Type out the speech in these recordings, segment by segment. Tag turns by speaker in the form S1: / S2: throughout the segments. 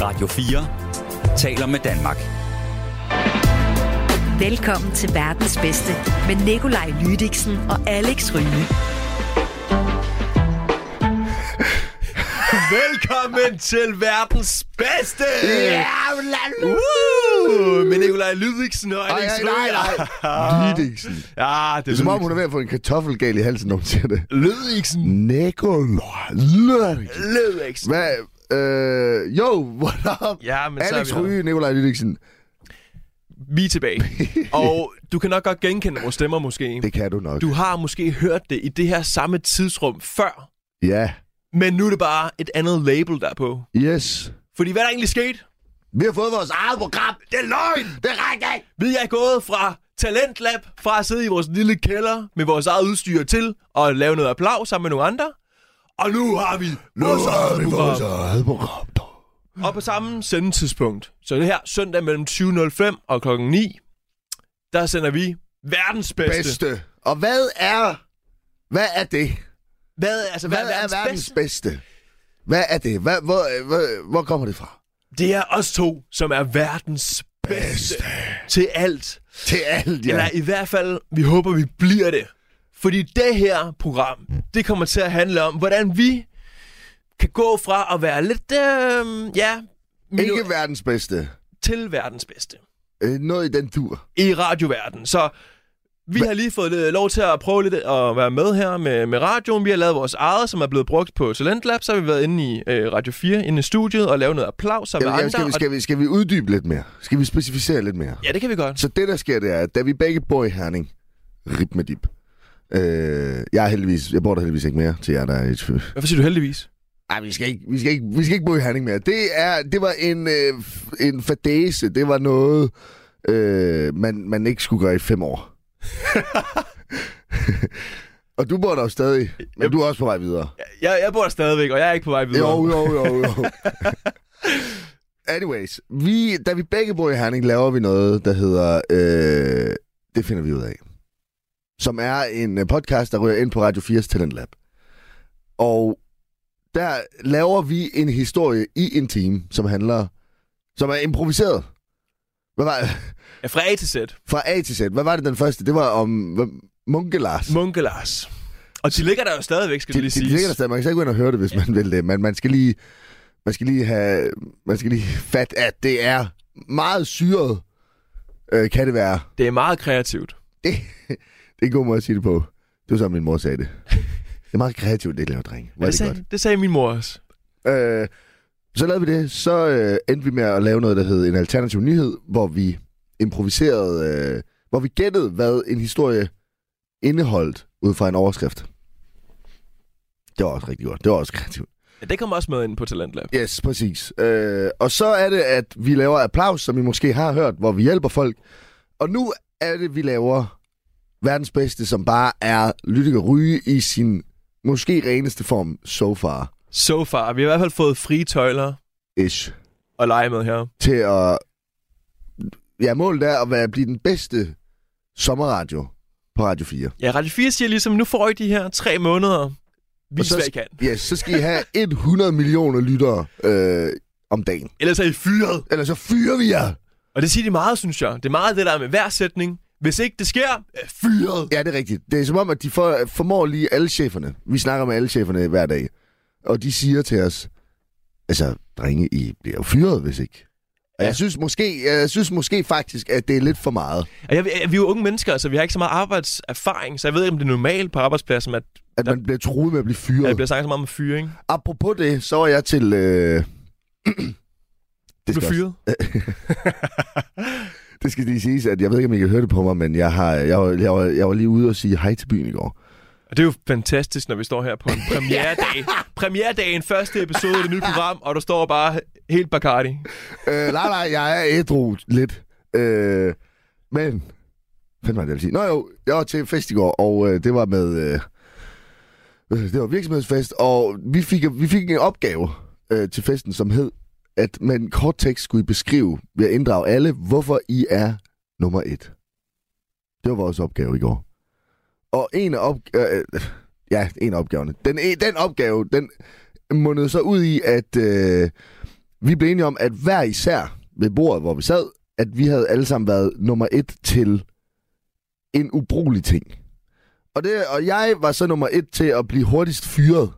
S1: Radio 4 taler med Danmark.
S2: Velkommen til verdens bedste med Nikolaj Lydiksen og Alex Ryge.
S1: Velkommen til verdens bedste!
S3: Ja,
S1: Woo! Med Nikolaj Lydiksen og
S3: Ej,
S1: Alex
S3: ej, nej, nej. Lidingsen.
S1: Ja, det
S3: Det er som om, hun er ved at få en kartoffelgal i halsen, når hun siger det.
S1: Lydiksen.
S3: Nikolaj Lidingsen.
S1: Lydiksen.
S3: Hvad? Øh, jo, what up?
S4: Ja, men
S3: Alex
S4: så er vi her.
S3: Ryge, Nikolaj Lidingsen.
S4: Vi er tilbage. Og du kan nok godt genkende vores stemmer måske.
S3: Det kan du nok.
S4: Du har måske hørt det i det her samme tidsrum før,
S3: Ja.
S4: men nu er det bare et andet label derpå.
S3: Yes.
S4: Fordi hvad er der egentlig skete?
S3: Vi har fået vores eget program. Det er løgn. Det er rigtigt.
S4: Vi er gået fra Talentlab, fra at sidde i vores lille kælder med vores eget udstyr til at lave noget applaus sammen med nogle andre. Og nu har vi vores eget program.
S3: eget program. dog.
S4: Og på samme sendetidspunkt, så det her søndag mellem 20.05 og klokken 9, der sender vi verdens bedste.
S3: Bedste. Og hvad er... Hvad er det?
S4: Hvad, altså,
S3: Hvad er verdens bedste? Hvad er det? Hvad, hvor, øh, hvor, hvor kommer det fra?
S4: Det er os to, som er verdens bedste, bedste. til alt.
S3: Til alt,
S4: Ja.
S3: ja.
S4: Eller i hvert fald, vi håber, vi bliver det. Fordi det her program, det kommer til at handle om, hvordan vi kan gå fra at være lidt, øh, ja,
S3: Ikke
S4: minor-
S3: verdens bedste.
S4: til verdens bedste
S3: Øh, noget i den tur.
S4: i radioverdenen. Så vi har lige fået lidt lov til at prøve lidt at være med her med, med radioen. Vi har lavet vores eget, som er blevet brugt på Talent Lab. Så har vi været inde i øh, Radio 4, inde i studiet og lavet noget applaus sammen
S3: Jamen,
S4: med
S3: jamen,
S4: andre.
S3: skal, vi, skal, vi, skal vi uddybe lidt mere? Skal vi specificere lidt mere?
S4: Og... Ja, det kan vi godt.
S3: Så det, der sker, det er, at da vi begge bor i Herning, rip med dip. Øh, jeg, er heldigvis, jeg bor der heldigvis ikke mere til jer, der er i tvivl.
S4: Hvorfor siger du heldigvis?
S3: Nej, vi skal, ikke, vi, skal ikke, vi skal ikke bo i Herning mere. Det, er, det var en, øh, f- en fadese. Det var noget, øh, man, man ikke skulle gøre i fem år. Og du bor der jo stadig, men du er også på vej videre.
S4: Jeg, jeg bor der stadigvæk, og jeg er ikke på vej videre.
S3: Jo, jo, jo, jo. Anyways, vi, da vi begge bor i Herning, laver vi noget, der hedder... Øh, det finder vi ud af. Som er en øh, podcast, der ryger ind på Radio 4's Talent Lab. Og der laver vi en historie i en time, som handler... Som er improviseret. Hvad var
S4: Ja, fra A til Z.
S3: Fra A til Z. Hvad var det den første? Det var om... Munke Lars.
S4: Munke Lars. Og de ligger der jo stadigvæk, skal det,
S3: det,
S4: lige
S3: det,
S4: sige.
S3: det ligger der stadig. Man kan så ikke gå ind og høre det, hvis man vil det. Men man skal lige, man skal lige have, man skal lige fat, at det er meget syret, øh, kan det være.
S4: det er meget kreativt.
S3: Det, det er en god måde at sige det på. Det var sådan, min mor sagde det. Det er meget kreativt, det I laver, dreng. Var
S4: det,
S3: det, det
S4: sagde, det sagde min mor også.
S3: godt. Øh, så lavede vi det. Så øh, endte vi med at lave noget, der hed en alternativ nyhed, hvor vi improviserede, øh, hvor vi gættede, hvad en historie indeholdt ud fra en overskrift. Det var også rigtig godt. Det var også kreativt.
S4: Ja, det kommer også med ind på Talentlab.
S3: Yes, præcis. Øh, og så er det, at vi laver applaus, som I måske har hørt, hvor vi hjælper folk. Og nu er det, vi laver verdens bedste, som bare er Lydikker Ryge i sin måske reneste form so far.
S4: So far. Vi har i hvert fald fået frie tøjler
S3: Ish.
S4: at lege med her.
S3: Til at... Ja, målet er at være, blive den bedste sommerradio på Radio 4.
S4: Ja, Radio 4 siger ligesom, nu får I de her tre måneder.
S3: Og
S4: Vis,
S3: så,
S4: hvad I kan.
S3: Yes, så skal I have 100 millioner lyttere øh, om dagen.
S4: Ellers er I fyret.
S3: Ellers så fyrer vi jer!
S4: Og det siger de meget, synes jeg. Det er meget det der med hver sætning. Hvis ikke det sker, er fyret.
S3: Ja, det er rigtigt. Det er som om, at de for, formår lige alle cheferne. Vi snakker med alle cheferne hver dag. Og de siger til os, altså, drenge, I bliver jo fyret, hvis ikke. Og
S4: Ja.
S3: jeg synes måske, jeg synes måske faktisk, at det er lidt for meget.
S4: Og jeg, jeg- vi er jo unge mennesker, så vi har ikke så meget arbejdserfaring, så jeg ved ikke, om det er normalt på arbejdspladsen, at
S3: At
S4: Ja.
S3: man bliver truet med at blive
S4: at
S3: fyret.
S4: der
S3: Bliver...
S4: bliver snakket så meget om fyring.
S3: Apropos det, så var jeg til... Øh... det,
S4: Du
S3: skal
S4: blev
S3: også,
S4: fyret.
S3: det skal lige siges, at jeg ved ikke, om I kan høre det på mig, men jeg, har, jeg, var, jeg, var, jeg var lige ude og sige hej til byen i går.
S4: Og det er jo fantastisk, når vi står her på en premieredag. Premieredagen, første episode af det nye program, og du står bare helt Bacardi.
S3: øh, nej, nej, jeg er ædru lidt. Øh, men, fandt man det, jeg ville sige. Nå jo, jeg var til fest i går, og øh, det var med... Øh, øh, det var virksomhedsfest, og vi fik, vi fik en opgave øh, til festen, som hed, at med en kort tekst skulle I beskrive, ved at inddrage alle, hvorfor I er nummer et. Det var vores opgave i går. Og en af op, øh, øh, ja, en af opgaverne. Den, den opgave, den mundede så ud i, at øh, Vi blev enige om, at hver især ved bordet, hvor vi sad, at vi havde alle sammen været nummer et til en ubrugelig ting. Og, det, og jeg var så nummer et til at blive hurtigst fyret.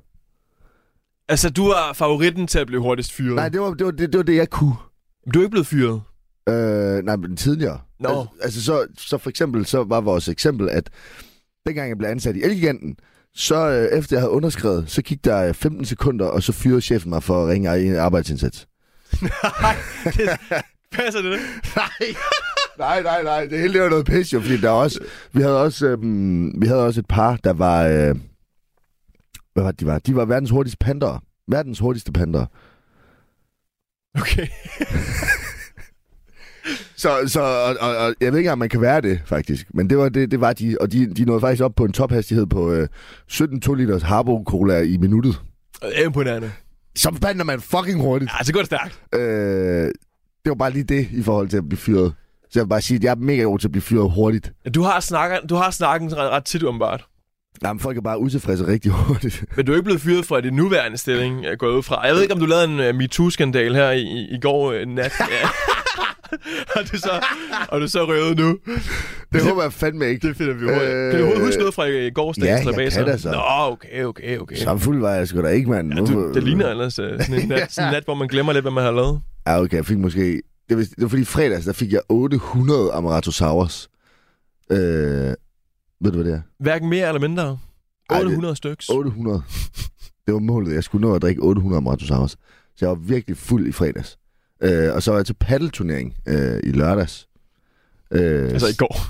S4: Altså, du var favoritten til at blive hurtigst fyret.
S3: Nej, det var det, var, det, det, var det jeg kunne.
S4: Du er ikke blevet fyret.
S3: Øh, nej, men tidligere.
S4: Nå.
S3: Altså, altså så, så for eksempel, så var vores eksempel, at dengang jeg blev ansat i Elgiganten, så øh, efter jeg havde underskrevet, så gik der øh, 15 sekunder, og så fyrede chefen mig for at ringe i en arbejdsindsats.
S4: Nej, det- passer det?
S3: Nej. nej, nej, nej. Det hele det var noget pis, jo, fordi der også, vi, havde også, øhm, vi havde også et par, der var... Øh, hvad var det, de var? De var verdens hurtigste pandere. Verdens hurtigste pandere.
S4: Okay.
S3: Så, så og, og, og, jeg ved ikke, om man kan være det, faktisk. Men det var, det, det var de, og de, de nåede faktisk op på en tophastighed på øh, 17 2 liters Harbo Cola i minuttet.
S4: Øh, Imponerende.
S3: Så bander man fucking hurtigt.
S4: Ja, så går det stærkt.
S3: Øh, det var bare lige det, i forhold til at blive fyret. Så jeg vil bare sige, at jeg er mega god til at blive fyret hurtigt.
S4: Du har, snakker, du har snakken ret, ret tit, åbenbart.
S3: Jamen, folk er bare utilfredse rigtig hurtigt.
S4: Men du er ikke blevet fyret fra din nuværende stilling, jeg går ud fra. Jeg ved ikke, om du lavede en uh, MeToo-skandal her i, i, i går uh, nat. Ja. og du så, og du så røvet nu.
S3: Det håber jeg fandme
S4: Altså,
S3: ikke.
S4: Det finder vi hurtigt. Øh, kan
S3: Øh,
S4: du overhovedet huske noget fra i går?
S3: ja, jeg kan da så.
S4: Nå, okay, okay, okay.
S3: Så fuld var jeg sgu da ikke, mand.
S4: Ja, du, det ligner ellers uh, sådan en nat, sådan en nat, hvor man glemmer lidt, hvad man har lavet.
S3: Ja, okay, jeg fik måske... Det var, det var fordi i fredags, der fik jeg 800 Amaretto Sours. Øh, ved du, hvad det er?
S4: Hverken mere eller mindre.
S3: Ej, det-
S4: 800 styks.
S3: 800. Det var målet. Jeg skulle nå at drikke 800 Amaretto Sours. Så jeg var virkelig fuld i fredags. Øh, og så var jeg til paddelturnering øh, i lørdags. Øh,
S4: Altså i går.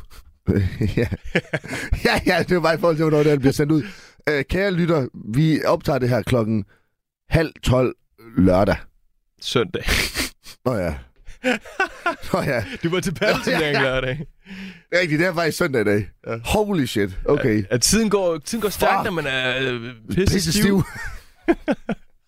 S3: ja. ja, ja, det var bare i forhold til, hvornår det her bliver sendt ud. Øh, kære lytter, vi optager det her klokken halv tolv lørdag.
S4: Søndag.
S3: Nå ja. Nå ja.
S4: Du var til paddelturnering lørdag.
S3: Rigtigt, det er faktisk søndag i dag.
S4: Ja.
S3: Holy shit. Okay.
S4: At tiden går, tiden går stærkt,
S3: Fuck.
S4: når man er øh, pisse,
S3: Pisse stiv.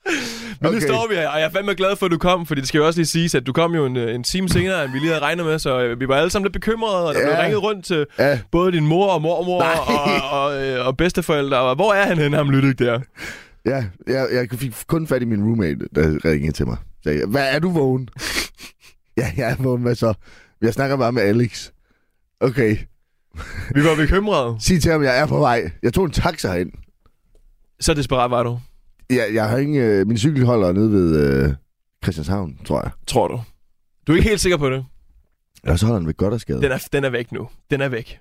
S4: Men okay. nu
S3: Okay.
S4: står vi her, og jeg er fandme glad for, at du kom, fordi det skal jo også lige siges, at du kom jo en, øh, en time senere, end vi lige havde regnet med, så øh, vi var alle sammen lidt bekymrede, og der
S3: Ja.
S4: blev ringet rundt til
S3: Ja.
S4: både din mor og mormor
S3: Nej.
S4: og, og, øh, og bedsteforældre, og hvor er han henne, ham lyttet der?
S3: Ja, jeg, jeg fik kun fat i min roommate, der ringede til mig. Sagde, hvad er du vågen? ja, jeg er vågen. Hvad så? Jeg snakker bare med Alex. Okay,
S4: Vi var bekymrede.
S3: sig til ham, jeg er på vej. Jeg tog en taxa herind.
S4: Så desperat var du,
S3: Jeg, jeg har ingen... Øh, min cykel holder nede ved øh, Christianshavn, tror jeg.
S4: tror du. Du er ikke helt sikker på det.
S3: Og så holder den ved Goddersgade.
S4: Den er, den er væk nu. Den er væk.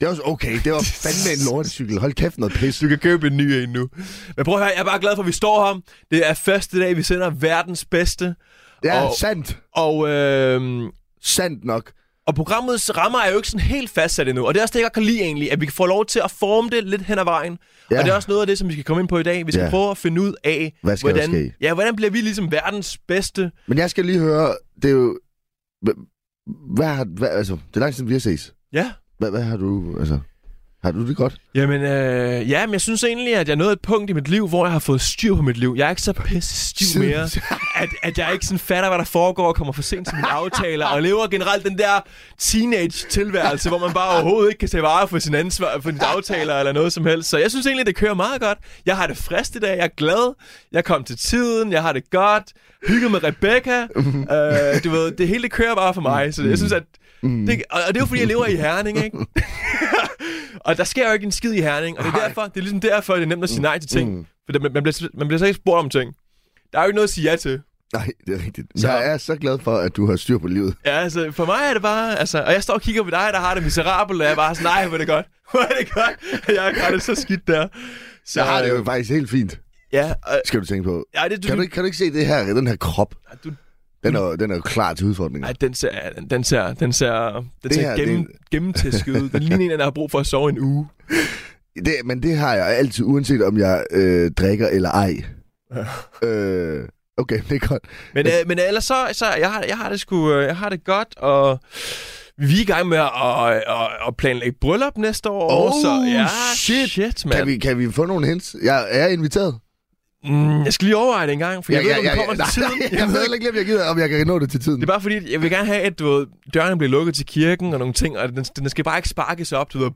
S3: Det var også okay. Det var fandme en lortecykel. Hold kæft noget pis.
S4: Du kan købe en ny en nu. Men prøv at høre, jeg er bare glad for, at vi står her. Det er første dag, vi sender verdens bedste.
S3: Ja,
S4: Og-
S3: sandt.
S4: Og øh,
S3: Sandt nok.
S4: Og programmets rammer er jo ikke sådan helt fastsat endnu, og det er også det, jeg godt kan lide egentlig, at vi kan få lov til at forme det lidt hen ad vejen. Ja.
S3: Ja.
S4: Og det er også noget af det, som vi skal komme ind på i dag. Vi skal ja.
S3: Ja.
S4: prøve at finde ud af,
S3: Hvad skal der
S4: hvordan,
S3: ske?
S4: Ja, hvordan bliver vi ligesom verdens bedste?
S3: Men jeg skal lige høre, det er jo... hva- Hvad har... Hvad, altså, det er lang tid, siden vi har ses.
S4: Ja.
S3: Hvad, hvad har du... Altså, har du det godt?
S4: Jamen, øh, ja, men jeg synes egentlig, at jeg nåede et punkt i mit liv, hvor jeg har fået styr på mit liv. Jeg er ikke så pisse stiv mere, at, at jeg ikke sådan fatter, hvad der foregår, og kommer for sent til mine aftaler, og lever generelt den der teenage-tilværelse, hvor man bare overhovedet ikke kan tage vare for sin ansvar, for sine aftaler eller noget som helst. Så jeg synes egentlig, det kører meget godt. Jeg har det frist i dag, jeg er glad, jeg kom til tiden, jeg har det godt, hygget med Rebecca. øh, du ved, det hele det kører bare for mig, så jeg synes, at det, og og det er jo fordi, jeg lever i Herning, ikke? og der sker jo ikke en skid i Herning, og det er, derfor, det er ligesom derfor, det er nemt at sige nej til
S3: Mm,
S4: ting. For det, man, man, bliver, man bliver så ikke spurgt om ting. Der er jo ikke noget at sige ja til.
S3: Nej, det er rigtigt.
S4: Så-
S3: Så. Jeg er så glad for, at du har styr på livet.
S4: Ja, altså, for mig er det bare... Altså, og jeg står og kigger på dig, der har det miserabelt, og jeg er bare sådan, nej, hvor er det godt. Hvor er det godt, at jeg har det så skidt der. Så
S3: Jeg har det jo faktisk helt fint,
S4: Ja, og,
S3: skal du tænke på.
S4: ja det, du,
S3: Kan du, ikke- kan du ikke se det her, den her krop?
S4: du,
S3: Den er, jo- den er jo klar til udfordringer.
S4: nej, den ser, den- den ser, den ser, den
S3: Det
S4: ser
S3: her,
S4: gennem,
S3: det-
S4: gennemtæsket ud. Den ligner en, der har brug for at sove en uge.
S3: Det, men det har jeg altid, uanset om jeg øh, drikker eller ej. øh, okay, det er godt.
S4: Men, øh, men ellers så, så jeg, har, jeg har det sgu, øh, jeg har det godt, og vi er i gang med at, at, at, at planlægge bryllup næste år.
S3: Oh,
S4: så, ja,
S3: shit.
S4: shit
S3: Kan
S4: mand.
S3: vi, kan vi få nogle hints? Jeg er inviteret.
S4: Mm, jeg skal lige overveje det en gang, for jeg ved, om det kommer til
S3: nej,
S4: tiden.
S3: jeg ved heller ikke, om jeg gider, om jeg kan nå det til tiden.
S4: Det er bare fordi, at jeg vil gerne have, at du ved, dørene bliver lukket til kirken og nogle ting, og den, den skal bare ikke sparkes op, du ved.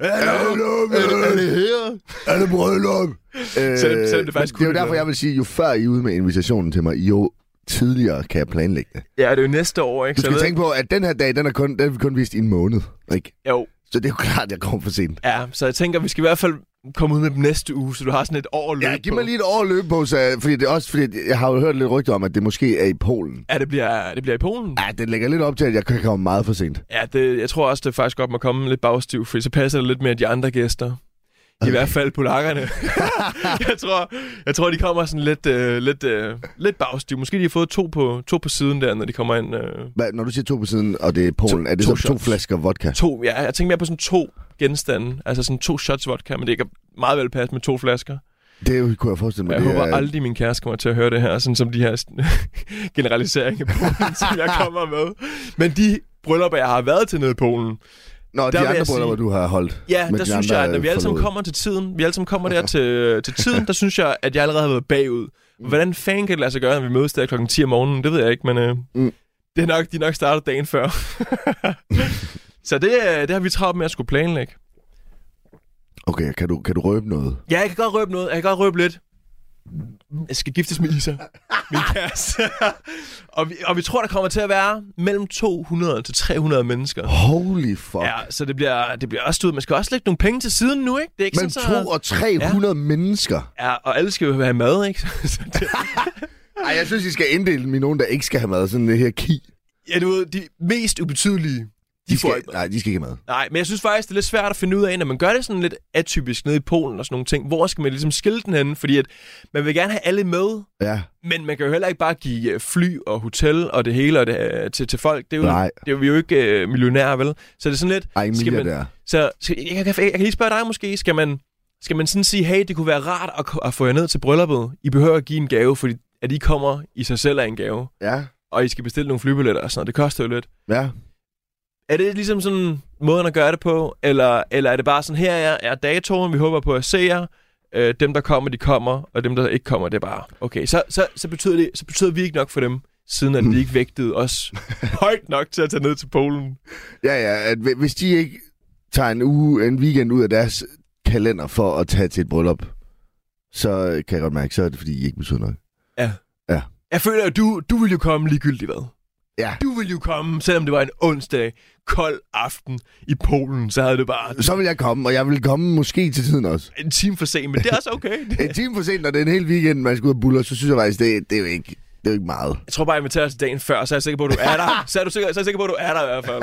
S4: Hallo, er det her?
S3: Er det bryllup? Øh,
S4: Selvom- selvom det faktisk
S3: men det er
S4: kunne
S3: jo derfor,
S4: være.
S3: jeg vil sige, jo før I er ude med invitationen til mig, jo tidligere kan jeg planlægge det.
S4: Ja, det er jo næste år, ikke?
S3: Du
S4: Så jeg
S3: skal
S4: ved
S3: tænke på, at den her dag, den er kun, den er kun vist i en måned, ikke?
S4: ikke- Jo,
S3: Så det er jo klart, at jeg kommer for sent.
S4: ja, så jeg tænker, vi skal i hvert fald komme ud med dem næste uge, så du har sådan et år at løbe
S3: Ja, giv
S4: på.
S3: mig lige et år at løbe på, så, jeg- fordi det er også fordi, jeg har jo hørt lidt rygter om, at det måske er i Polen.
S4: Ja, det bliver, det bliver i Polen.
S3: Ja, det lægger lidt op til, at jeg kan komme meget for sent.
S4: Ja, det, jeg tror også, det er faktisk godt, man komme lidt bagstiv, for så passer det lidt med de andre gæster. I hvert fald polakkerne. jeg, tror, jeg tror, de kommer sådan lidt, øh, lidt, øh, lidt bagstiv. Måske de har fået to på, to på siden der, når de kommer ind. Øh,
S3: Hvad, når du siger to på siden, og det er Polen,
S4: To-
S3: er det
S4: to
S3: så to
S4: shots.
S3: flasker vodka?
S4: to, ja, jeg tænker mere på sådan to genstande. Altså sådan to shots vodka, men det kan meget vel passe med to flasker.
S3: Det er jo- kunne jeg forestille mig.
S4: Jeg
S3: det
S4: håber
S3: er,
S4: aldrig, min kæreste kommer til at høre det her, sådan som de her generaliseringer på, som jeg kommer med. Men de bryllupper, jeg har været til nede i Polen,
S3: Nå, de
S4: der vil
S3: andre
S4: jeg sige-
S3: bryllupper, du har holdt.
S4: Ja,
S3: med
S4: der
S3: de
S4: synes
S3: andre
S4: jeg, at når vi alle sammen
S3: forlod.
S4: kommer til tiden, vi alle sammen kommer der til, til tiden, der synes jeg, at jeg allerede har været bagud.
S3: Mm.
S4: Hvordan fanden kan det lade sig gøre, når vi mødes der klokken 10 om morgenen? Det ved jeg ikke, men øh,
S3: Mm.
S4: mm. det er nok, de er nok startet dagen før. Så det, øh, det har vi travlt med at skulle planlægge.
S3: Okay, kan du, kan du røbe noget?
S4: Ja, jeg kan godt røbe noget. Jeg kan godt røbe lidt. Jeg skal giftes med Isa. Min kæreste. og, vi, og vi tror, der kommer til at være mellem 200 til 300 mennesker.
S3: Holy fuck.
S4: Ja, så det bliver, det bliver også stået. Man skal også lægge nogle penge til siden nu, ikke? Det er ikke
S3: Men
S4: sådan, så...
S3: to og 300 mennesker.
S4: Ja, og alle skal jo have mad, ikke? Så det,
S3: Ej, jeg synes, I skal inddele dem i nogen, der ikke skal have mad. Sådan det her ki.
S4: ja, du ved, de mest ubetydelige, de, de får
S3: skal,
S4: ikke mad.
S3: nej, de skal ikke have mad.
S4: Nej, men jeg synes faktisk, det er lidt svært at finde ud af, når man gør det sådan lidt atypisk nede i Polen og sådan nogle ting. Hvor skal man ligesom skille den henne? Fordi at man vil gerne have alle med,
S3: Ja,
S4: men man kan jo heller ikke bare give øh, fly og hotel og det hele og det, øh, til, til folk. Det er jo,
S3: Nej.
S4: Det er jo, vi er jo ikke øh, millionærer, vel? Så det er sådan lidt...
S3: ej,
S4: skal man,
S3: milliardær.
S4: Så skal, jeg, kan, jeg kan lige spørge dig måske, skal man, skal man sådan sige, hey, det kunne være rart at, ko- at få jer ned til brylluppet. I behøver at give en gave, fordi at I kommer i sig selv af en gave,
S3: Ja,
S4: og I skal bestille nogle flybilletter og sådan noget. Det koster jo lidt.
S3: ja.
S4: Er det ligesom sådan måden at gøre det på, eller, eller er det bare sådan, her er, er datoen, vi håber på at se jer. Øh, dem, der kommer, de kommer, og dem, der ikke kommer, det er bare, okay, så, så, så, betyder, det, så betyder vi ikke nok for dem, siden at de ikke vægtede os højt nok til at tage ned til Polen.
S3: Ja, ja, at hvi- hvis de ikke tager en uge, en weekend ud af deres kalender for at tage til et bryllup, så kan jeg godt mærke, så er det fordi, I ikke betyder noget.
S4: Jeg føler, at du, du ville jo komme ligegyldigt, hvad?
S3: Ja.
S4: Du ville jo komme, selvom det var en onsdag, kold aften i Polen, så havde det bare
S3: Så vil jeg komme, og jeg vil komme måske til tiden også.
S4: en time for sent, men det er også okay.
S3: En time for sent, når det er en hel weekend, man skal ud og buller, så synes jeg faktisk, det, det er jo ikke, det er jo ikke meget.
S4: Jeg tror bare, jeg inviterer os dagen før, så er jeg sikker på, at du er der. Så er, du sikker, så er jeg sikker på, at du er der i hvert fald.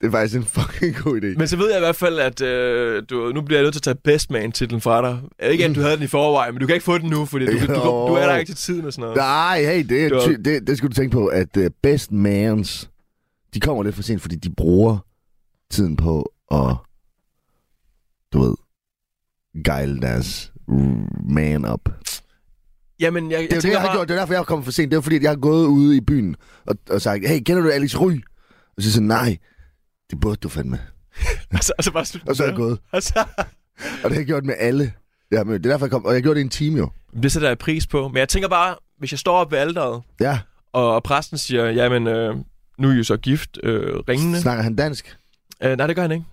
S3: Det er faktisk en fucking god idé.
S4: Men så ved jeg i hvert fald, at øh, du, nu bliver jeg nødt til at tage best man-titlen fra dig. Jeg ved ikke, at
S3: Mm.
S4: du havde den i forvejen, men du kan ikke få den nu, fordi du, du, du, du er der ikke til tiden og sådan noget.
S3: Nej, hey, det, er
S4: Det var-
S3: ty- det, det skal du tænke på, at uh, best mans, de kommer lidt for sent, fordi de bruger tiden på at, du ved, gejle deres mm, man op. Det
S4: Jamen, jeg, jeg
S3: er jo det, jeg har gjort. Det er derfor, jeg er kommet for sent. Det er jo fordi, at jeg har gået ude i byen og, og sagt, hey, kender du Alex Ry? Og så siger jeg, nej, det burde du fandme.
S4: Og så, og så Altså, bare slut. Altså,
S3: Og så er jeg gået.
S4: Og så,
S3: Og det har jeg gjort med alle. Jeg har mødt. Det er derfor, jeg kom. Og jeg gjorde det i en time jo.
S4: det sætter jeg pris på. Men jeg tænker bare, hvis jeg står op ved alderet,
S3: Ja,
S4: og, og præsten siger, jamen, øh, nu er I jo så gift, øh, ringende.
S3: snakker han dansk?
S4: Øh, nej, det gør han ikke.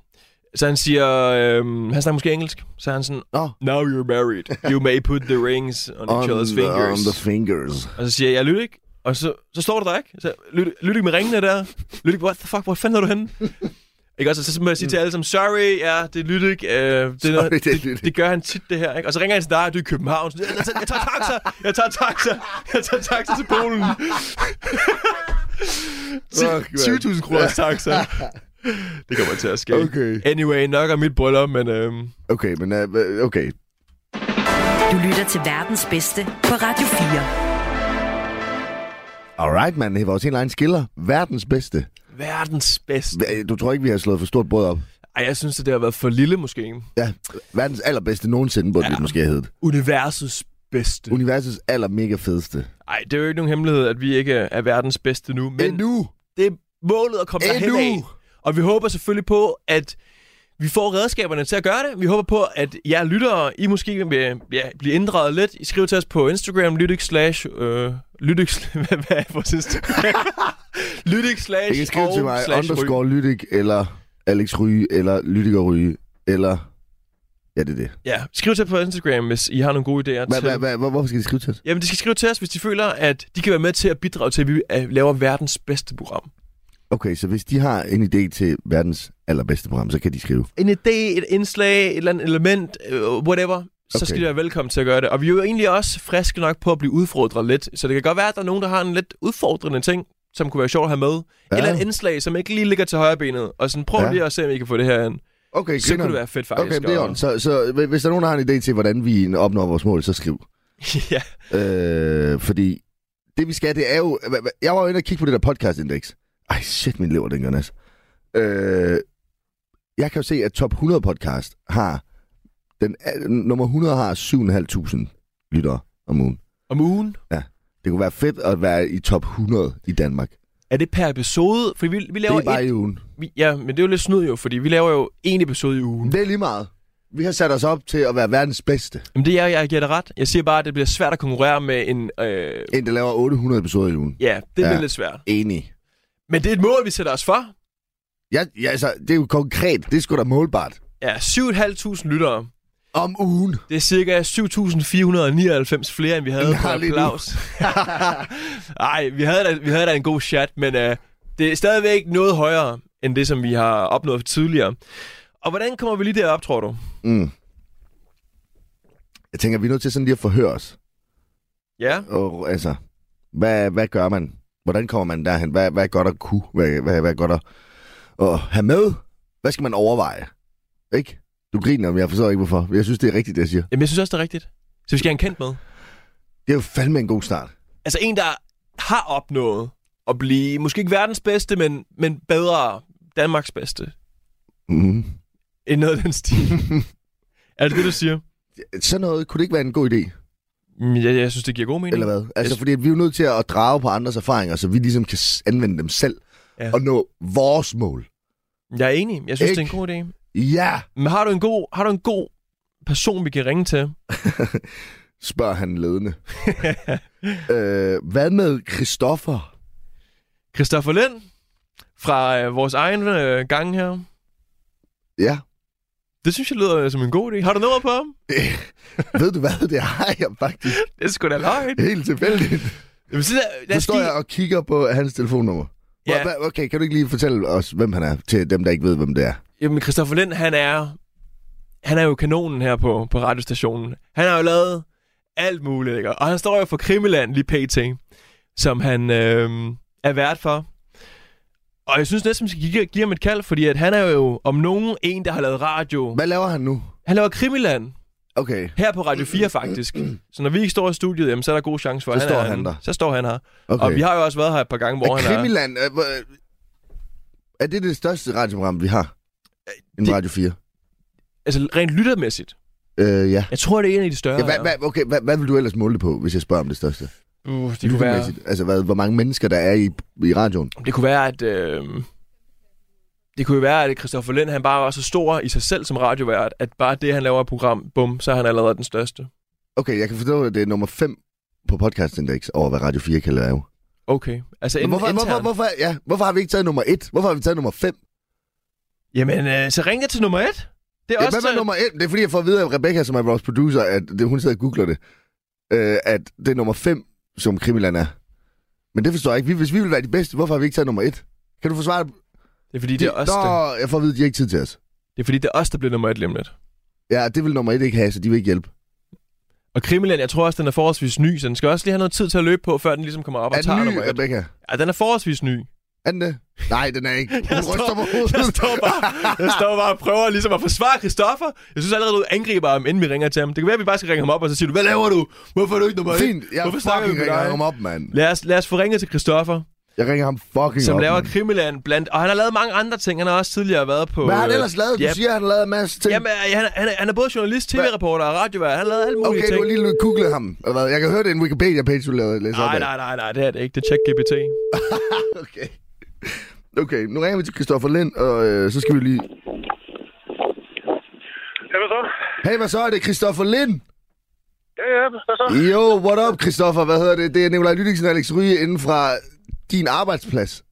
S4: Så han siger, øh, han snakker måske engelsk, så er han sådan,
S3: Nå.
S4: Now you're married. You may put the rings on each
S3: On
S4: other's
S3: the, on
S4: fingers.
S3: the fingers.
S4: Og så siger jeg, jeg lytter ikke. Og så, så står du der, ikke? Så, lyt, lyt ikke med ringene der. Lyt ikke, what the fuck, hvor fanden er du henne? ikke også? Og så må jeg sige til alle sammen, sorry, ja, det er Lydik. Øh, det, er noget-
S3: det er Lydik.
S4: det, det, gør han tit, det her. Ikke? Og så ringer han til dig, og du er i København. Så, jeg, jeg, tager- jeg tager taxa, jeg tager taxa, jeg tager taxa til Polen.
S3: Fuck, mand.
S4: 20.000 kroner taxa. Det kommer til at ske.
S3: Okay.
S4: Anyway, nok om mit bryllup, men øhm,
S3: Okay, men øh, okay.
S2: Du lytter til verdens bedste på Radio 4.
S3: Alright, mand. Det er vores helt egen skiller. Verdens bedste.
S4: verdens bedste.
S3: Hva- øh, Du tror ikke, vi har slået for stort brød op?
S4: Ej, jeg synes, at det har været for lille måske.
S3: Ja. Verdens allerbedste nogensinde, burde ja. det måske have heddet.
S4: Universets bedste.
S3: Universets aller mega fedeste.
S4: Ej, det er jo ikke nogen hemmelighed, at vi ikke er verdens bedste nu, men
S3: nu.
S4: det er målet at komme derhen
S3: Endnu!
S4: af. Og vi håber selvfølgelig på, at vi får redskaberne til at gøre det. Vi håber på, at jer lyttere, I måske vil ja, blive inddraget lidt. I skriver til os på Instagram, lytik slash... Øh, lytik sl- hvad, hvad er vores Instagram? lytik slash...
S3: I kan skrive
S4: og
S3: til mig,
S4: slash ryg.
S3: underscore Lydik, eller Alex Ryge, eller Lydiker Ryge, eller Ja, det er det.
S4: Ja, skriv til os på Instagram, hvis I har nogle gode idéer
S3: Hva,
S4: til...
S3: hva, hva, hvor- hvorfor skal de skrive til os?
S4: Jamen, de skal skrive til os, hvis de føler, at de kan være med til at bidrage til, at vi øh, laver verdens bedste program.
S3: Okay, så hvis de har en idé til verdens allerbedste program, så kan de skrive.
S4: En idé, et indslag, et eller andet element, øh, whatever, så
S3: Okay.
S4: skal de være velkommen til at gøre det. Og vi er jo egentlig også friske nok på at blive udfordret lidt, så det kan godt være, at der er nogen, der har en lidt udfordrende ting, som kunne være sjovt at have med. Ja. Eller et indslag, som ikke lige ligger til højre benet. Og sådan, prøv
S3: Ja.
S4: ja. lige at se, om I kan få det her ind.
S3: Okay,
S4: Så kunne
S3: grineren.
S4: det være fedt faktisk.
S3: Okay, men det er
S4: og-
S3: on. Så, så hvis- hvis der er nogen, der har en idé til, hvordan vi opnår vores mål, så skriv.
S4: ja.
S3: Øh, fordi det, vi skal, det er jo... hva- hva- Jeg var jo inde og kigge på det der podcastindeks. Ej, shit, min lever, den gør nas. Øh, jeg kan jo se, at top 100 podcast har... Den, er- nummer 100 har 7.500 lyttere om ugen.
S4: Om ugen.
S3: Det kunne være fedt at være i top 100 i Danmark.
S4: Er det per episode? Fordi vi, vi laver
S3: det er bare
S4: et,
S3: i ugen.
S4: vi, Ja, men det er jo lidt snyd jo, fordi vi laver jo en episode i ugen.
S3: Det er lige meget. Vi har sat os op til at være verdens bedste,
S4: Jamen det er jeg, jeg giver dig ret. Jeg siger bare, at det bliver svært at konkurrere med en... Øh,
S3: inden der laver 800 episoder i ugen.
S4: ja, det
S3: Ja.
S4: er ja. lidt svært.
S3: Enig.
S4: Men det er et mål, vi sætter os for.
S3: Ja, ja, altså, det er jo konkret. Det er sgu da målbart.
S4: Ja, 7.500 lyttere.
S3: Om ugen.
S4: Det er cirka 7.499 flere, end vi havde
S3: End
S4: på
S3: har lige nu.
S4: applaus. Nej, vi, havde da- vi havde da en god chat, men øh, det er stadigvæk noget højere, end det, som vi har opnået tidligere. Og hvordan kommer vi lige derop, tror du?
S3: Mm. Jeg tænker, vi er nødt til sådan lige at forhøre os.
S4: Ja,
S3: Og, altså, hvad, hvad gør man? Hvordan kommer man derhen? Hvad, hvad er godt at kunne? Hvad, hvad, hvad er godt at, at have med? Hvad skal man overveje? Ikke? Du griner, men jeg forstår ikke, hvorfor. Jeg synes, det er rigtigt, det jeg siger.
S4: Jamen, jeg synes også, det er rigtigt. Så vi skal have en kendt med.
S3: Det er jo fandme en god start.
S4: Altså en, der har opnået at blive, måske ikke verdens bedste, men, men bedre Danmarks bedste.
S3: Mm.
S4: End noget af den stil. er det det, du siger?
S3: Sådan noget, kunne det ikke være en god idé?
S4: Mm, Jeg, jeg synes, det giver god mening.
S3: Eller hvad? Altså,
S4: Jeg-
S3: fordi at vi er jo nødt til at drage på andres erfaringer, så vi ligesom kan s- anvende dem selv
S4: Ja.
S3: og nå vores mål.
S4: Jeg er enig. Jeg synes,
S3: Ikke?
S4: det er en god idé.
S3: Ja,
S4: Men har du en god, har du en god person, vi kan ringe til?
S3: spørger han ledende. øh, hvad med Christoffer?
S4: Christoffer Lind fra øh, vores egen øh, gang her.
S3: Ja.
S4: Det synes jeg lyder som en god idé. Har du nummer på ham?
S3: Ved du hvad? Det har jeg faktisk
S4: Det er sgu da løgn.
S3: helt tilfældigt.
S4: Jamen, så lad, lad
S3: Så
S4: os
S3: Øh, står
S4: lige-
S3: jeg og kigger på hans telefonnummer.
S4: Ja.
S3: Ja. Okay, kan du ikke lige fortælle os, hvem han er, til dem, der ikke ved, hvem det er?
S4: Jamen, Christoffer Lind, han er, han er jo kanonen her på, på radiostationen. Han har jo lavet alt muligt, ikke? Og han står jo for Krimiland lige pt., som han øh, er vært for. Og jeg synes næsten, vi skal give, give ham et kald, fordi at han er jo om nogen en, der har lavet radio.
S3: Hvad laver han nu?
S4: Han laver Krimiland
S3: Okay,
S4: her på Radio 4 faktisk. Så når vi ikke står i studiet, jamen, så er der god chance for,
S3: Så
S4: at han
S3: står
S4: er
S3: han
S4: herinde.
S3: der.
S4: Så står han her.
S3: okay.
S4: Og vi har jo også været her et par gange, hvor
S3: er
S4: han er...
S3: Krimiland, er, hvor- er det det største radioprogram, vi har? En
S4: det-
S3: Radio 4?
S4: Altså rent lyttermæssigt.
S3: Øh, ja.
S4: Jeg tror, det er en af de større.
S3: ja hvad, hvad, okay, hvad, hvad vil du ellers måle det på, hvis jeg spørger om det største?
S4: Uh, det kunne være...
S3: Lyttemæssigt. Altså, hvad, hvor mange mennesker, der er i, i radioen?
S4: Det kunne være, at... Øh, det kunne jo være, at Christoffer Lind, han bare var så stor i sig selv som radiovært, at bare det, han laver af program, bum, så er han allerede den største.
S3: Okay, jeg kan forstå, at det er nummer 5 på podcastindex over, hvad Radio 4 kan lave.
S4: Okay. Altså,
S3: Men
S4: ind,
S3: hvorfor, hvorfor, hvorfor, ja, hvorfor har vi ikke taget nummer 1? Hvorfor har vi taget nummer 5?
S4: Jamen, øh, så ring det til nummer et. Det er
S3: Ja,
S4: også...
S3: hvad med
S4: til-
S3: nummer 1? Det er fordi, jeg får at vide af Rebecca, som er vores producer, at det, hun sidder og googler det, øh, at det er nummer 5, som Krimiland er. Men det forstår jeg ikke. Vi, hvis vi ville være de bedste, hvorfor har vi ikke taget nummer 1? Kan du forsvare det?
S4: Det er fordi, det er os, der...
S3: Nå, jeg får at vide, at de har ikke tid til os.
S4: Det er fordi, det er os, der bliver nummer et lige om lidt.
S3: Ja, det vil nummer 1 ikke have, så de vil ikke hjælpe.
S4: Og Krimiland, jeg tror også, den er forholdsvis ny, så den skal også lige have noget tid til at løbe på, før den ligesom kommer op og
S3: Er
S4: tager
S3: den ny,
S4: nummer et.
S3: Rebecca?
S4: Ja, den er forholdsvis ny.
S3: Er den det? Nej, den er ikke. Hun
S4: Jeg
S3: ryster
S4: står,
S3: på hovedet.
S4: jeg, står bare, jeg står bare og prøver ligesom at forsvare Christoffer. Jeg synes allerede, du angriber ham, inden vi ringer til ham. Det kan være, at vi bare skal ringe ham op, og så siger du, hvad laver du? Hvorfor er du ikke nummer et?
S3: Fint, jeg
S4: Hvorfor snakker vi
S3: fucking
S4: med
S3: ringer
S4: dig?
S3: ham op, mand.
S4: Lad os, lad os få ringet til Christoffer,
S3: Jeg ringer ham fucking
S4: som
S3: op,
S4: laver
S3: mand.
S4: Krimiland blandt... Og han har lavet mange andre ting. Han har også tidligere været på...
S3: Hvad har han
S4: øh,
S3: ellers lavet? Du
S4: ja,
S3: siger, han har lavet en masse ting.
S4: Jamen, øh, han, er- han, er, han er både journalist, tv-reporter og radiovært. Han har lavet alle mulige
S3: okay, du
S4: ting.
S3: har lige googlet ham, eller hvad? Jeg kan høre, det er en Wikipedia-page, du lavede. Læser op
S4: Nej,
S3: af.
S4: nej, nej, nej, det er det ikke. Det er ChatGPT.
S3: Okay. Okay, nu ringer vi til Christoffer Lind, og øh, så skal vi lige...
S5: Ja, hvad så?
S3: Hey, hvad så? Er det Christoffer Lind?
S5: Ja, ja, hvad så?
S3: Jo, what up, Christoffer? Hvad hedder det? Det er Nikolaj Lydiksen og Alex Ryge inden fra din arbejdsplads.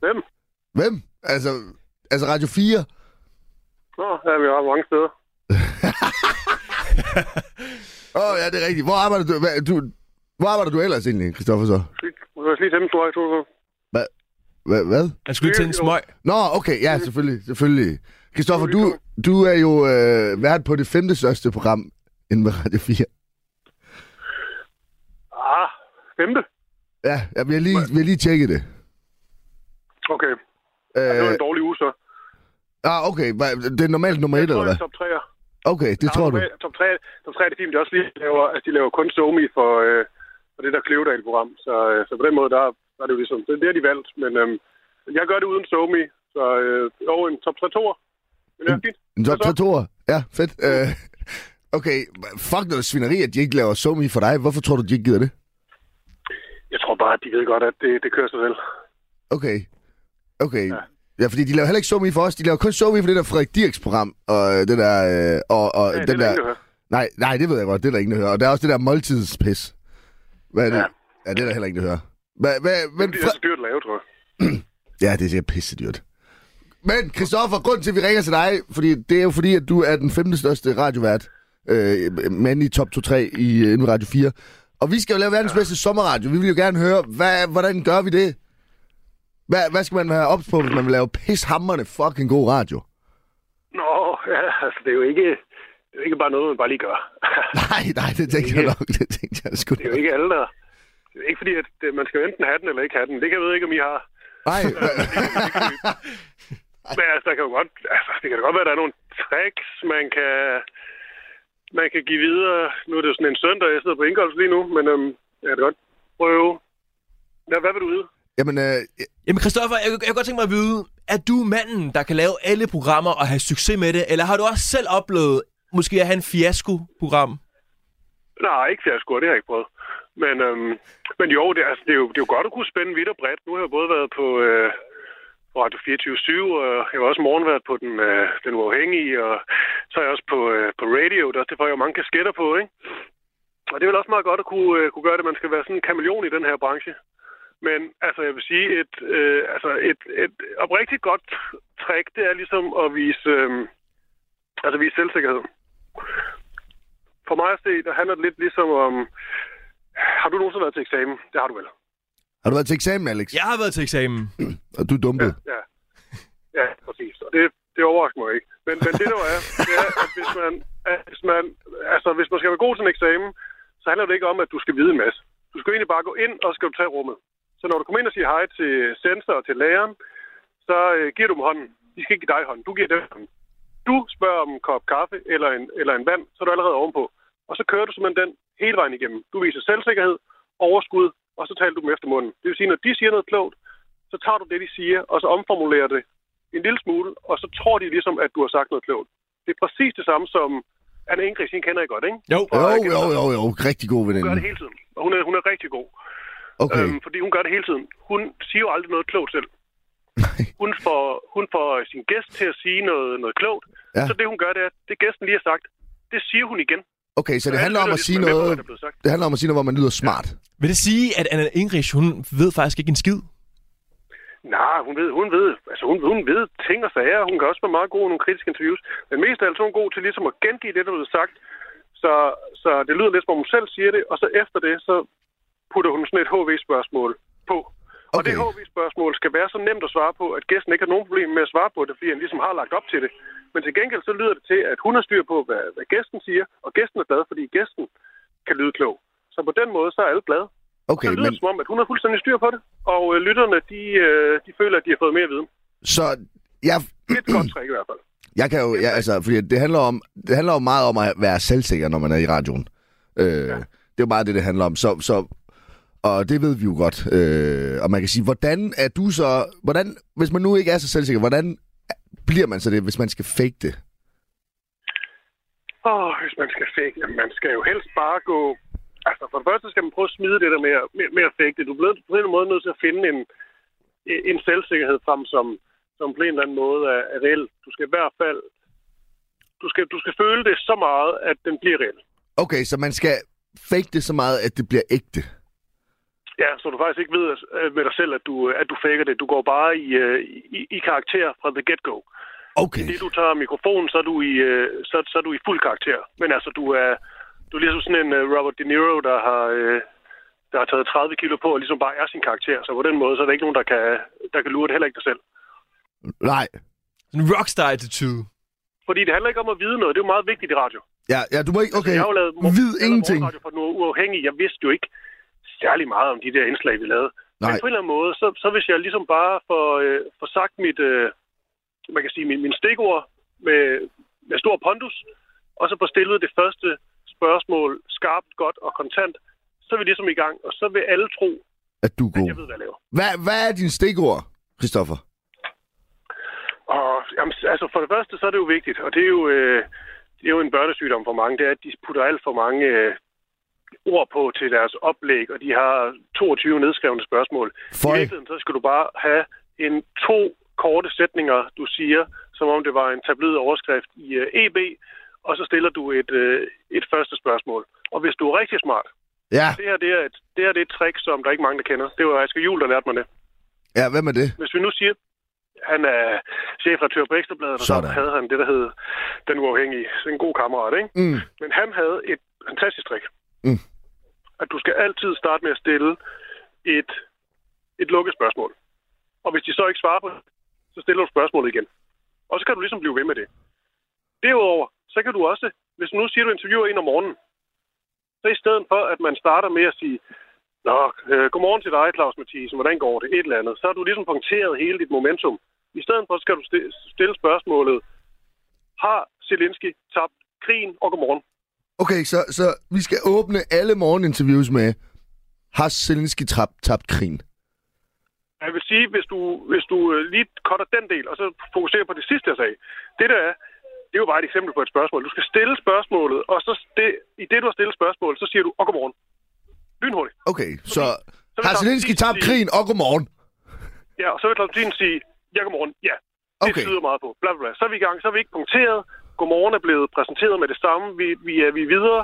S5: Hvem?
S3: Hvem? Altså, altså Radio 4?
S5: Nå, ja, vi har mange steder.
S3: Åh, oh, ja, det er rigtigt. Hvor arbejder du, hvad, du, hvor arbejder du ellers egentlig, Christoffer, så?
S5: Jeg var lige hjemme, tror jeg. tror jeg.
S3: Hva, hvad?
S4: Han skulle lige tænde en smøg.
S3: Nå, okay, ja, selvfølgelig, selvfølgelig. Christoffer, du, du er jo øh, vært på det femte største program inden med Radio 4.
S5: Ah, femte.
S3: Ja, ja vi, har lige, vi har lige tjekket det.
S5: Okay. Det var
S3: Øh,
S5: en dårlig uge, så.
S3: ah, okay, hva, det er normalt nummer et,
S5: Jeg tror,
S3: eller
S5: jeg
S3: hvad?
S5: er top 3'er.
S3: Okay, det tror du.
S5: Top 3, top 3 er det fint, de også lige laver, altså, de laver kun somi for, øh, for det der Kløvedal-program. Så, øh, så på den måde, der, der er det jo ligesom, det, det har de valgt. Men øhm, jeg gør det uden somi, så øh, over en top 3 2'er. Men det er fint.
S3: En top
S5: Hvad så?
S3: 3 toer. Ja, fedt. Øh, okay, fuck noget svineri, at de ikke laver somi for dig. Hvorfor tror du, de ikke gider det?
S5: Jeg tror bare, at de ved godt, at det, det kører sig selv.
S3: Okay. Okay. Ja. Ja, fordi de laver heller ikke somi for os. De laver kun somi for det der Frederik Dirks program. Og øh, det der... Øh, og, og
S5: Ja,
S3: den
S5: det er der
S3: der...
S5: ingen, der hører.
S3: nej, nej, det ved jeg godt. Det er der ingen, der hører. Og der er også det der måltidspis. Hvad er det? Ja,
S5: Ja.
S3: ja det er der heller ingen, der hører. Hvad, hvad, men
S5: Det er
S3: Fre-
S5: så dyrt at lave, tror jeg.
S3: Ja, det er sikkert pisse dyrt. Men Christoffer, grund til, at vi ringer til dig, fordi det er jo fordi, at du er den femte største radiovært, øh, mand i top 2-3 i øh, inden for Radio 4. Og vi skal jo lave verdens bedste sommerradio. Vi vil jo gerne høre, hvad, hvordan gør vi det? Hvad, hvad skal man have ops på, hvis man vil lave pishammerende fucking god radio?
S5: Nå, ja, altså, det er jo ikke, det er jo ikke bare noget, man bare lige gør.
S3: Nej, nej, det tænkte jeg nok. Det tænkte jeg sgu
S5: det er jo
S3: nok.
S5: ikke alle, der... Det er jo ikke fordi, at det, man skal jo enten have den eller ikke have den. Det kan jeg ved ikke, om I har.
S3: Nej, hva-
S5: Men altså, der kan jo godt, altså, det kan da godt være, at der er nogle tricks, man kan, man kan give videre. Nu er det jo sådan en søndag, jeg sidder på indgolds lige nu, men øhm, jeg kan da godt prøve. Ja, hvad vil du vide?
S3: jamen, øh,
S4: Jamen Christoffer, jeg, jeg kunne godt tænke mig at vide, er du manden, der kan lave alle programmer og have succes med det, eller har du også selv oplevet måske at have en fiasko-program?
S5: Nej, ikke fiasko, det har jeg ikke prøvet. Men, øhm, men jo, det, er- altså, det, er jo, det er jo godt at kunne spænde vidt og bredt. Nu har jeg både været på øh, på Radio 24 og jeg har også i morgen været på den, øh, den uafhængige, og så er jeg også på, øh, på radio, der, det får jeg jo mange kasketter på, ikke? Og det er vel også meget godt at kunne, øh, kunne gøre det. Man skal være sådan en kameleon i den her branche. Men altså, jeg vil sige, et, øh, altså, et, et oprigtigt godt trick, det er ligesom at vise, øh, altså, vise selvsikkerhed for mig at se, der handler det lidt ligesom om... Har du nogensinde været til eksamen? Det har du vel?
S3: har du været til eksamen, Alex?
S4: Jeg har været til eksamen.
S3: Og du er dumpet.
S5: Ja. Ja, præcis. Og det, det overrasker mig ikke. Men, men det der jo er, det er, at hvis man, at hvis man, altså, hvis man skal være god til en eksamen, så handler det ikke om, at du skal vide en masse. Du skal egentlig bare gå ind, og så skal du tage rummet. Så når du kommer ind og siger hej til sensor og til læreren, så øh, giver du dem hånden. De skal ikke give dig hånden. Du giver dem hånden. Du spørger om en kop kaffe eller en, eller en vand, så er du allerede ovenpå. Og så kører du simpelthen den hele vejen igennem. Du viser selvsikkerhed, overskud, og så taler du dem efter munden. Det vil sige, når de siger noget klogt, så tager du det, de siger, og så omformulerer det en lille smule, og så tror de ligesom, at du har sagt noget klogt. Det er præcis det samme som Anna Ingrid, hende kender I godt, ikke?
S4: Jo.
S3: Jo, jo, jo, jo. Rigtig god
S5: Hun gør det
S3: veninde.
S5: hele tiden, og hun er, hun er rigtig god.
S3: Okay.
S5: Øhm, fordi hun gør det hele tiden. Hun siger jo aldrig noget klogt selv. Hun får, hun får sin gæst til at sige noget, noget klogt.
S3: Ja.
S5: Ja. Så det, hun gør, det er, det gæsten lige har sagt, det siger hun igen.
S3: Okay, så det
S5: alle
S3: handler om
S5: lytter
S3: at sige
S5: ligesom er
S3: noget...
S5: med på, hvad der er blevet sagt.
S3: Det handler om at sige noget, hvor man lyder smart.
S4: Vil det sige, at Anna Ingrid, hun ved faktisk ikke en skid?
S5: Nej, hun ved, hun ved, altså hun, hun ved ting og sager. Hun kan også være meget god i nogle kritiske interviews. Men mest af alt så er hun god til ligesom at gengive det, der er blevet sagt. Så, så det lyder lidt som om hun selv siger det, og så efter det, så putter hun sådan et HV-spørgsmål på. Okay. Og det
S3: Okay.
S5: HV-spørgsmål skal være så nemt at svare på, at gæsten ikke har nogen problem med at svare på det, fordi han ligesom har lagt op til det. Men til gengæld så lyder det til, at hun har styr på, hvad, hvad gæsten siger, og gæsten er glad, fordi gæsten kan lyde klog. Så på den måde, så er alle glade.
S3: Okay,
S5: Så lyder
S3: men...
S5: det som om, at hun har fuldstændig styr på det, og øh, lytterne, de, øh, de føler, at de har fået mere viden.
S3: Så jeg,
S5: Det er et godt trick i hvert fald.
S3: jeg kan jo, jeg, altså, fordi det handler, om, det handler jo meget om at være selvsikker, når man er i radioen. Øh, ja. Det er jo meget det, det handler om. Så, så, og det ved vi jo godt. Øh, og man kan sige, hvordan er du så... Hvordan, hvis man nu ikke er så selvsikker, hvordan bliver man så det, hvis man skal fake det?
S5: Åh, hvis man skal fake, jamen, man skal jo helst bare gå... Altså, for det første skal man prøve at smide det der med, at- med, med at fake det. Du bliver på en eller anden måde nødt til at finde en, en selvsikkerhed frem, som, som på en eller anden måde er, er reelt. Du skal i hvert fald... Du skal, du skal føle det så meget, at den bliver reelt.
S3: Okay, så man skal fake det så meget, at det bliver ægte.
S5: Ja, så du faktisk ikke ved øh, med dig selv, at du, at du faker det. Du går bare i, øh, i, i karakter fra the get-go.
S3: Okay.
S5: det du tager mikrofonen, så er du i, øh, så, så er du i fuld karakter. Men altså, du er, du er ligesom sådan en øh, Robert De Niro, der har, øh, der har taget 30 kilo på og ligesom bare er sin karakter. Så på den måde, så er der ikke nogen, der kan, der kan lure det heller ikke dig selv.
S3: Nej.
S4: En rockstar-attitude.
S5: Fordi det handler ikke om at vide noget. Det er jo meget vigtigt i radio.
S3: Ja, ja, du må ikke... Okay,
S5: Altså, Jeg har jo lavet mor-
S3: vid
S5: jeg har lavet
S3: ingenting.
S5: morgenradio for noget uafhængigt. Jeg vidste jo ikke særlig meget om de der indslag, vi lavede. Men
S3: Nej.
S5: på en eller anden måde, så, så hvis jeg ligesom bare får, øh, får sagt mit, øh, man kan sige, min, min stikord med, med stor pondus, og så får stillet det første spørgsmål skarpt, godt og kontant, så er vi ligesom i gang, og så vil alle tro,
S3: At du er
S5: at
S3: god.
S5: Altså, jeg ved, hvad jeg laver.
S3: Hvad, hvad er dine stikord, Christoffer?
S5: Og jamen, altså, for det første, så er det jo vigtigt, og det er jo, øh, det er jo en børnesygdom for mange, det er, at de putter alt for mange øh, ord på til deres oplæg, og de har 22 nedskrevne spørgsmål. I
S3: Føj.
S5: virkeligheden, så skal du bare have en to korte sætninger, du siger, som om det var en tablet overskrift i øh, EB, og så stiller du et, øh, et første spørgsmål. Og hvis du er rigtig smart,
S3: Ja,
S5: det her det er, et, det her det er et trick, som der ikke mange, der kender. Det var Asger Juhl, der lærte mig det.
S3: ja, hvem er det?
S5: Hvis vi nu siger, han er chefredaktør på Ekstrabladet, og så
S3: Sådan.
S5: havde han det, der hed Den Uafhængige. Så en god kammerat, ikke?
S3: Mm.
S5: Men han havde et fantastisk trick.
S3: Mm.
S5: At du skal altid starte med at stille et, et lukket spørgsmål. Og hvis de så ikke svarer på det, så stiller du spørgsmålet igen. Og så kan du ligesom blive ved med det. Derudover, så kan du også, hvis nu siger du interviewer en om morgenen, så i stedet for, at man starter med at sige, Nå, øh, godmorgen til dig, Claus Mathisen, hvordan går det? Et eller andet. Så har du ligesom punkteret hele dit momentum. I stedet for skal du sti- stille spørgsmålet, har Zelensky tabt krigen, og godmorgen.
S3: Okay, så, så vi skal åbne alle morgeninterviews med, har Zelensky tabt, tabt krigen?
S5: Jeg vil sige, hvis du, hvis du øh, lige cutter den del, og så fokuserer på det sidste, jeg sagde. Det der er, det er jo bare et eksempel på et spørgsmål. Du skal stille spørgsmålet, og så det, i det, du har stillet spørgsmålet, så siger du, og godmorgen. Lynhurtigt.
S3: Okay, så
S5: vil
S3: har
S5: Claus
S3: Zelensky
S5: Thiesen
S3: tabt
S5: sige-
S3: krigen, og godmorgen.
S5: Ja, og så vil Claus Thien sige, ja, godmorgen, ja. Det
S3: Okay.
S5: okay. tyder meget på. Bla, bla, bla. Så er vi i gang, så er vi ikke punkteret. Godmorgen er blevet præsenteret med det samme. Vi, vi, er, vi er videre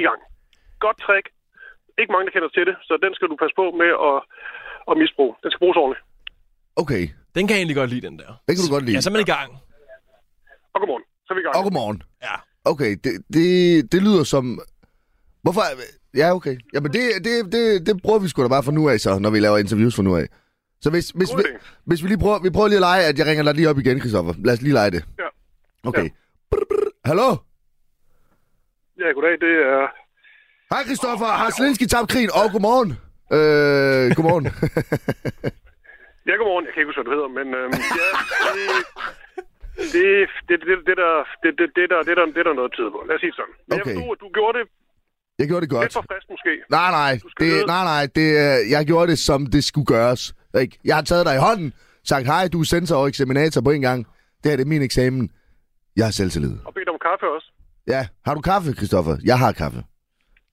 S5: i gang. Godt trick. Ikke mange, der kender til det, så den skal du passe på med at, at misbruge. Den skal bruges ordentligt.
S3: Okay,
S4: Den kan jeg egentlig godt lide, den der.
S3: det kan du godt lide.
S4: Ja, så er man i gang.
S5: Og godmorgen. Så er vi i gang.
S3: Og godmorgen.
S4: Ja.
S3: Okay, det, det, det lyder som... Hvorfor... Ja, okay. Jamen, det, det, det, det bruger vi sgu da bare fra nu af, så, når vi laver interviews fra nu af. Så hvis, hvis,
S5: God
S3: vi,
S5: idé.
S3: hvis vi lige prøver... Vi prøver lige at lege, at jeg ringer dig lige op igen, Christoffer. Lad os lige lege det.
S5: Ja.
S3: Okay.
S5: Ja.
S3: Brr, brr. Hallo?
S5: Ja, goddag. Det er...
S3: Hej, Christoffer. Har Zelensky tabt krigen? Og godmorgen. Øh, godmorgen.
S5: Ja, godmorgen. Jeg kan ikke huske, hvad du hedder, men... Øhm, ja, det, det, det, det, det, der, det, det, det, der, det, der, det der er noget tid på. Lad os sige det sådan. Men jeg
S3: Okay.
S5: forstod, at du gjorde det
S3: jeg gjorde det
S5: lidt
S3: godt.
S5: for frisk, måske.
S3: Nej, nej.
S5: skal
S3: Det,
S5: ned.
S3: nej, nej. Det, øh, jeg gjorde det, som det skulle gøres. Ikke? Jeg har taget dig i hånden, sagt hej, du er sensor og eksaminator på en gang. Det her det er min eksamen. Jeg har selvtillid.
S5: Og bedt om kaffe også.
S3: Ja, har du kaffe, Christoffer? Jeg har kaffe.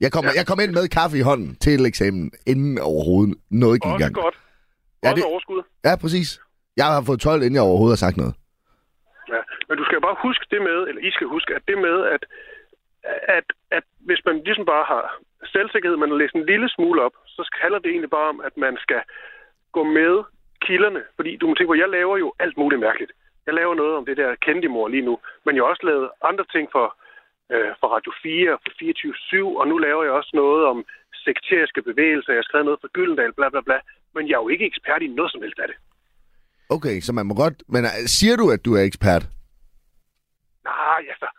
S3: Jeg kom, ja. jeg kom ind med kaffe i hånden til eksamen, inden overhovedet noget gik i
S5: Også
S3: gang.
S5: godt.
S3: Ja,
S5: Ja, også
S3: det-
S5: det... overskud.
S3: Ja, præcis. Jeg har fået 12, inden jeg overhovedet har sagt noget.
S5: Ja. Men du skal bare huske det med, eller I skal huske, at det med, at, at, at hvis man ligesom bare har selvsikkerhed, man har læst en lille smule op, så skal- handler det egentlig bare om, at man skal gå med kilderne. Fordi du må tænke på, jeg laver jo alt muligt mærkeligt. Jeg laver noget om det der kendimor lige nu, men jeg har også lavet andre ting for, øh, for Radio 4 og for 24 og nu laver jeg også noget om sekteriske bevægelser. Jeg har skrevet noget for Gyldendal, bla bla bla. Men jeg er jo ikke ekspert i noget som helst af det.
S3: Okay, så man må godt... Men øh, siger du, at du er ekspert?
S5: Nej, altså,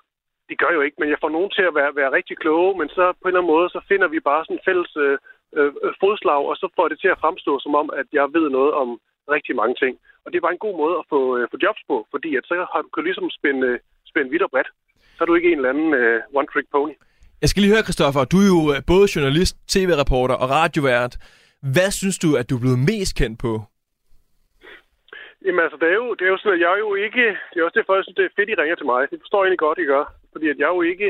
S5: det gør jeg jo ikke, men jeg får nogen til at være, være rigtig kloge, men så på en eller anden måde, så finder vi bare sådan en fælles øh, øh, fodslag, og så får det til at fremstå som om, at jeg ved noget om rigtig mange ting. Og det er bare en god måde at få, øh, få jobs på, fordi at så har, du kan du ligesom spænde, øh, spænde vidt og bredt. Så er du ikke en eller anden øh, one-trick pony.
S4: Jeg skal lige høre, Christoffer, du er jo øh, både journalist, tv-reporter og radiovært. Hvad synes du, at du er blevet mest kendt på?
S5: Jamen altså, det er jo, det er jo sådan, at jeg er jo ikke... Det er også derfor, jeg synes, det er fedt, I ringer til mig. Det forstår jeg egentlig godt, I gør. Fordi at jeg er jo ikke,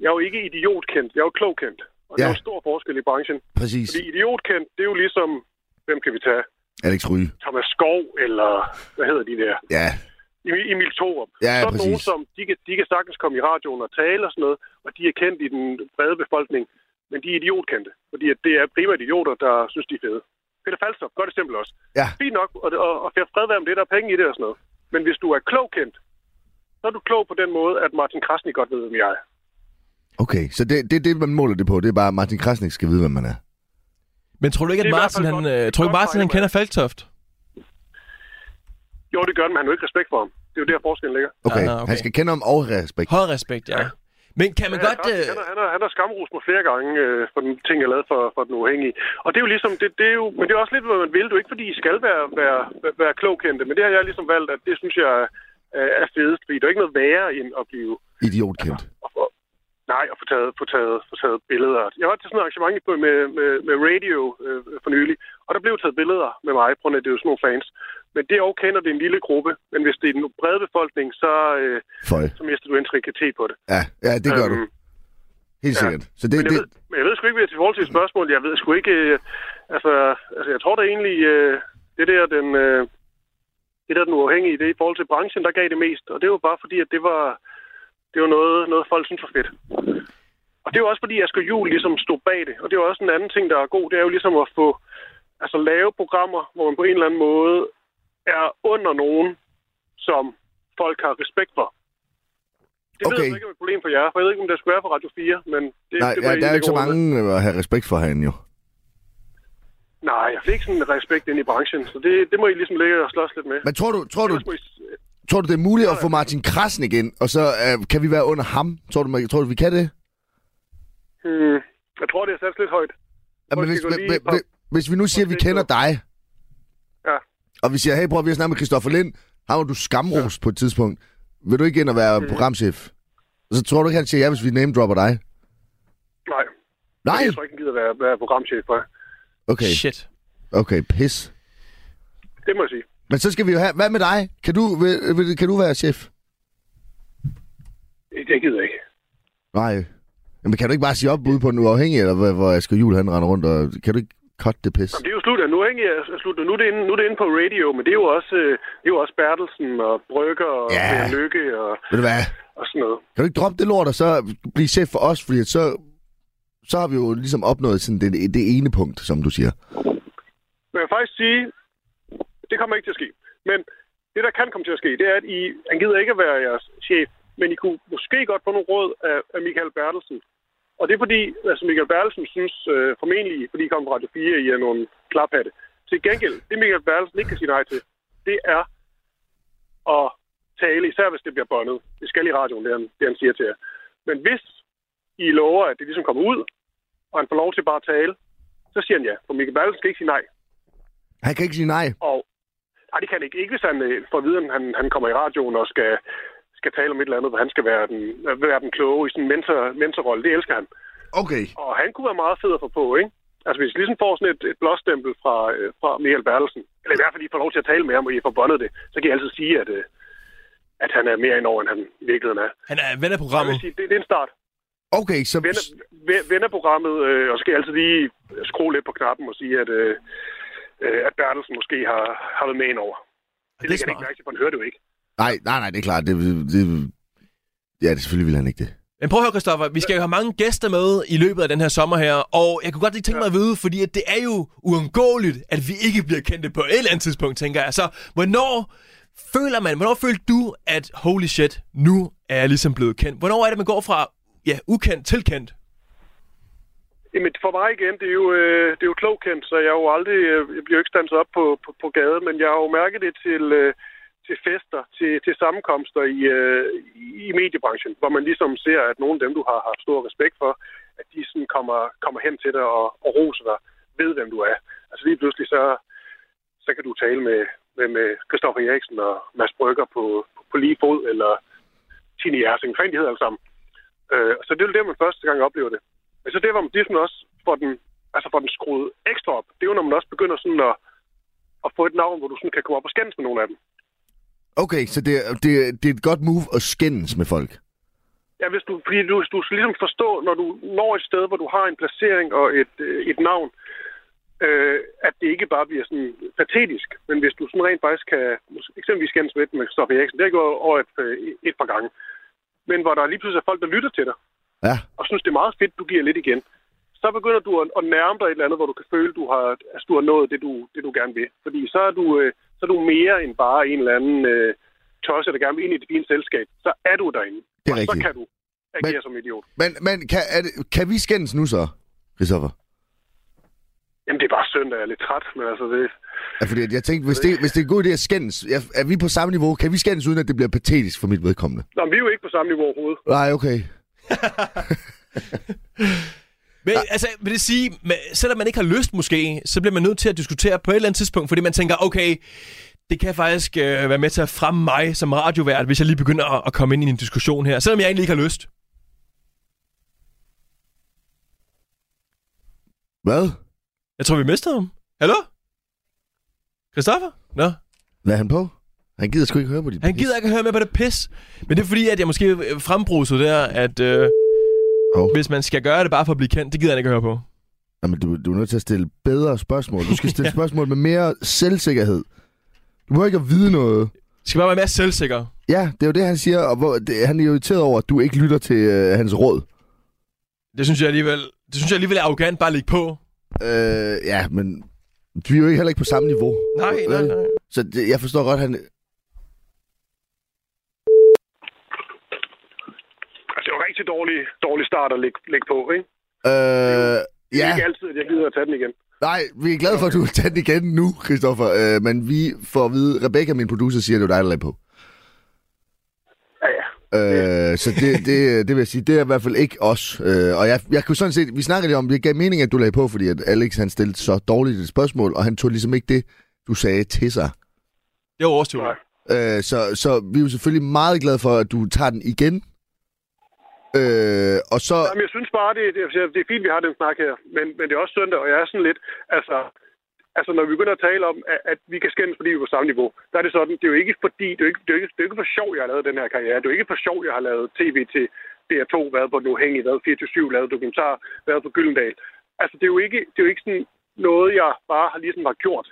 S5: jeg er jo ikke idiotkendt, jeg er jo klogkendt. Og ja. der
S3: Ja.
S5: er jo stor forskel i branchen.
S3: Præcis.
S5: Fordi idiotkendt, det er jo ligesom... Hvem kan vi tage?
S3: Alex Ryge.
S5: Thomas Skov, eller hvad hedder de der?
S3: Ja,
S5: Emil, Emil Thorup.
S3: Ja,
S5: sådan
S3: præcis.
S5: nogen, som de kan, de kan sagtens komme i radioen og tale og sådan noget, og de er kendt i den brede befolkning, men de er idiotkendte, fordi at det er primært idioter, der synes, de er fede. Peter Falstrup, godt eksempel også.
S3: Ja.
S5: Fint nok, og, og, og fred være om det, der er penge i det og sådan noget. Men hvis du er klogkendt, så er du klog på den måde, at Martin Krasnik godt ved, hvem jeg er.
S3: Okay, så det er det, er det, man måler det på. Det er bare, at Martin Krasnik skal vide, hvem man er.
S4: Men tror du ikke,
S5: Det
S4: at
S5: er i hvert
S4: Martin,
S5: fald
S4: han,
S5: godt.
S4: øh, tror du ikke,
S5: Godt
S4: Martin han
S5: fejl,
S4: kender Falktoft?
S5: Jo, det gør det, men han har jo ikke respekt for ham. Det er jo der, forskellen ligger.
S3: Okay,
S4: Ah, okay.
S3: okay. han skal kende om og have respekt.
S4: Høj respekt, ja. Men kan man
S5: Ja,
S4: godt...
S5: Carsten,
S4: Øh,
S5: han, har, han, har, han har skamrost mig flere gange øh, for den ting, jeg lavede for, for den uafhængige. Og det er jo ligesom, det, det er jo, men det er også lidt, hvad man vil. Det er jo ikke, fordi I skal være, være, være klogkendte, men det har jeg ligesom valgt, at det synes jeg er, er fedest, fordi der er ikke noget værre end at blive
S3: Idiotkendt.
S5: og få, nej, og få taget, få, taget, få taget billeder. Jeg var til sådan et arrangement i- på- med, med, med radio øh, for nylig, og der blev taget billeder med mig, på grund af, at det er jo sådan nogle fans. Men det er okay, når det er en lille gruppe, men hvis det er den brede befolkning, så, øh,
S3: Føj.
S5: så mister du integritet på det.
S3: Ja, ja, det gør
S5: Øhm,
S3: du. Helt
S5: ja.
S3: sikkert. Så det,
S5: Men jeg, ved,
S3: det,
S5: men jeg ved sgu ikke, hvis i forhold til et spørgsmål, jeg ved sgu ikke, øh, altså, altså jeg tror da egentlig, øh, det der den, øh, det der den uafhængige, det er i forhold til branchen, der gav det mest, og det var bare fordi, at det var, det var noget, noget folk synes var fedt. Og det er jo også fordi, Asger Jul ligesom stod bag det, og det er jo også en anden ting, der er god, det er jo ligesom at få, altså lave programmer, hvor man på en eller anden måde er under nogen, som folk har respekt for. Det okay. ved
S3: Okay.
S5: jeg så ikke, om er et problem for jer, for jeg ved ikke, om det skulle være for Radio 4, men det,
S3: nej,
S5: det
S3: ja,
S5: var egentlig
S3: der er jo ikke så
S5: god med.
S3: mange øh, at have respekt for herinde, jo.
S5: Nej, jeg fik sådan en respekt ind i branchen, så det, det må I ligesom ligge og slås lidt med.
S3: Men tror du, tror du,
S5: Ellers må I,
S3: tror du det er muligt at få Martin Krasnik ind, og så øh, kan vi være under ham? Tror du, man, tror du vi kan det?
S5: hmm, jeg tror, det er sat lidt højt.
S3: Jamen,
S5: Folk
S3: hvis,
S5: skal gå lige
S3: hvis,
S5: på-
S3: hvis, hvis vi nu siger, at vi
S5: Facebook.
S3: kender dig,
S5: Ja.
S3: og vi siger, hey, prøv at vi har snakket med Christoffer Lind, ham var du skamros på et tidspunkt, vil du ikke ind og
S5: Øh.
S3: være programchef? Så tror du ikke, han siger ja, hvis vi name-dropper dig?
S5: Nej,
S3: Nej!
S5: jeg tror ikke, han gider være, være programchef for jer.
S3: Okay,
S4: Shit.
S3: okay, pis.
S5: Det må jeg sige.
S3: Men så skal vi jo have, hvad med dig? Kan du, vil, vil, kan du være chef?
S5: Det- Det gider jeg ikke.
S3: Nej. Jamen, kan du ikke bare sige op ude på den uafhængige, eller hvor, hvor Asger Juhl han render rundt, og kan du ikke cut det pis?
S5: Jamen, det er jo slut, og nu er, ikke, er slut, nu. nu, er det inde, nu er det inde på radio, men det er jo også, øh, det er jo også Bertelsen og Brygger og
S3: Ja.
S5: yeah. Lykke og,
S3: Ved du hvad?
S5: og sådan noget.
S3: Kan du ikke droppe det lort, og så blive chef for os? Fordi at så, så har vi jo ligesom opnået sådan det, det ene punkt, som du siger.
S5: Men jeg vil faktisk sige, det kommer ikke til at ske. Men det, der kan komme til at ske, det er, at I, han gider ikke at være jeres chef, men I kunne måske godt få nogle råd af, af Michael Bertelsen. Og det er fordi, altså Michael Bertelsen synes øh, formentlig, fordi I kom på Radio 4, I er nogle klaphatte. Til gengæld, det Michael Bertelsen ikke kan sige nej til, det er at tale, især hvis det bliver båndet. Det skal i radioen, det han, det han siger til jer. Men hvis I lover, at det ligesom kommer ud, og han får lov til bare at tale, så siger han ja. For Michael Bertelsen skal ikke sige nej.
S3: Han kan ikke sige nej.
S5: Og nej, det kan han ikke. Ikke hvis han øh, får at vide, at han, han kommer i radioen og skal, skal tale om et eller andet, hvor han skal være den, øh, være den kloge i sådan en mentor, mentorrolle. Det elsker han.
S3: Okay.
S5: Og han kunne være meget fed at få på, ikke? Altså hvis I ligesom får sådan et, et blåstempel fra, øh, fra Michael Bertelsen, eller i hvert fald I får lov til at tale med ham, og I får bondet det, så kan I altid sige, at, øh, at han er mere end over, end han i virkeligheden er.
S4: Han er ven af
S5: Jeg vil
S4: programmet.
S5: sige, det, det er en start.
S3: Okay, så...
S5: Vender, ve- vender programmet, øh, og så skal jeg altid lige skrue lidt på knappen og sige, at, øh, øh, at Bertelsen måske har, har været med ind over. Det, det
S4: Det er
S5: kan han ikke
S4: smart.
S5: mærke til, for han hører det jo ikke.
S3: Nej, nej, nej, det er klart. Det, det, ja, det, selvfølgelig vil han ikke det.
S4: Men prøv at høre, Christoffer, vi skal jo have mange gæster med i løbet af den her sommer her, og jeg kunne godt lige tænke mig at vide, fordi at det er jo uundgåeligt, at vi ikke bliver kendte på et eller andet tidspunkt, tænker jeg. Så hvornår føler man, hvornår følte du, at holy shit, nu er jeg ligesom blevet kendt? Hvornår er det, man går fra ja, ukendt til kendt?
S5: Jamen, for mig igen, det er jo, øh, det er jo klogkendt, så jeg, er jo aldrig, øh, jeg bliver jo ikke standset op på, på, på gaden, men jeg har jo mærket det til, øh, til fester, til, til sammenkomster i, øh, i- i mediebranchen, hvor man ligesom ser, at nogle af dem, du har haft stor respekt for, at de sådan kommer, kommer hen til dig og, og roser dig, ved hvem du er. Altså lige pludselig, så, så kan du tale med, med, med Christoffer Eriksen og Mads Brygger på, på, på lige fod, eller Tine Jersing, rent de hedder alle sammen. Øh, så det er jo det, man første gang oplever det. Men så det, hvor man ligesom også får den, altså får den skruet ekstra op, det er jo, når man også begynder sådan at, at få et navn, hvor du sådan kan komme op og skændes med nogle af dem.
S3: Okay, så det, det, det er et godt move at skændes med folk.
S5: Ja, hvis du, fordi du, du skal ligesom forstå, når du når et sted, hvor du har en placering og et, øh, et navn, øh, at det ikke bare bliver sådan patetisk, men hvis du sådan rent faktisk kan, mås- eksempelvis skændes lidt med Christoffer Eriksen, det har jeg gjort over et, øh, et par gange, men hvor der lige pludselig er folk, der lytter til dig,
S3: Ja,
S5: og synes, det er meget fedt, du giver lidt igen, så begynder du at, at nærme dig et eller andet, hvor du kan føle, du har, altså, du har nået det du, det, du gerne vil. Fordi så er du, øh, så er du mere end bare en eller anden øh, tosser, der gerne vil ind i det fine selskab, så er du derinde.
S3: Det er
S5: og
S3: rigtigt.
S5: så kan du agere Men... som idiot.
S3: Men, men kan, er det, kan vi skændes nu så, Christoffer?
S5: Jamen, det er bare søndag, jeg er lidt træt, men altså, det,
S3: Ja, fordi at jeg tænkte, hvis det, hvis det er en god idé at skændes, er, er vi på samme niveau? Kan vi skændes, uden at det bliver patetisk for mit vedkommende?
S5: Nå, men vi er jo ikke på samme niveau overhovedet.
S3: Nej, okay.
S4: Men altså, vil det sige, men selvom man ikke har lyst måske, så bliver man nødt til at diskutere på et eller andet tidspunkt, fordi man tænker, okay, det kan faktisk øh, være med til at fremme mig som radiovært, hvis jeg lige begynder at, at komme ind i en diskussion her, selvom jeg egentlig ikke har lyst.
S3: Hvad?
S4: Jeg tror, vi mistede ham. Hallo? Christoffer? Nå,
S3: Lad han på? Han gider sgu ikke høre på dit
S4: han gider ikke at høre med på det pis. Men det er fordi, at jeg måske øh, frembrusede der, at øh,
S3: Hov.
S4: oh. hvis man skal gøre det bare for at blive kendt, det gider han ikke at høre på.
S3: Jamen, du, du er nødt til at stille bedre spørgsmål. Du skal stille ja. spørgsmål med mere selvsikkerhed. Du må ikke at vide noget.
S4: Det skal bare være mere selvsikker.
S3: Ja, det er jo det, han siger, og hvor, det, han er jo irriteret over, at du ikke lytter til øh, hans råd.
S4: Det synes jeg alligevel, det synes jeg alligevel er arrogant bare at ligge på.
S3: Øh, ja, men vi er jo ikke heller ikke på samme niveau.
S4: Nej, nej,
S3: Vel?
S4: nej.
S3: Så det, jeg forstår godt, han...
S5: Altså, det er jo en rigtig dårlig, dårlig start at lægge, lægge på, ikke?
S3: Øh,
S5: Det er
S3: ja,
S5: ikke altid, at jeg gider at tage den igen.
S3: nej, vi er glade for, at du har taget den igen nu, Christoffer. Øh, men vi får at vide, Rebecca, min producer, siger, at det er dig, der lagde på.
S5: Ja, ja.
S3: Øh, så det, det, det vil jeg sige, det er i hvert fald ikke os. Øh, og jeg, jeg kunne sådan set, vi snakkede lidt om, det gav mening, at du lagde på, fordi at Alex han stillede så dårligt et spørgsmål, og han tog ligesom ikke det, du sagde til sig.
S4: Det var overstået.
S5: Nej.
S3: Øh, så, så vi er jo selvfølgelig meget glade for, at du tager den igen. Øh, og så...
S5: Jamen, jeg synes bare, det, det, altså, det er fint, vi har den snak her, men, men det er også søndag, og jeg er sådan lidt, altså, altså når vi begynder at tale om, at, at vi kan skændes, fordi vi er på samme niveau, der er det sådan, det er jo ikke fordi, det er jo ikke, det er jo ikke, det er jo ikke for sjov, jeg har lavet den her karriere, det er jo ikke for sjov, jeg har lavet tv til DR2, været på den uafhængige, været 24-7, lavet dokumentar, været på Gyldendal. Altså, det er jo ikke, det er jo ikke sådan noget, jeg bare har ligesom har gjort.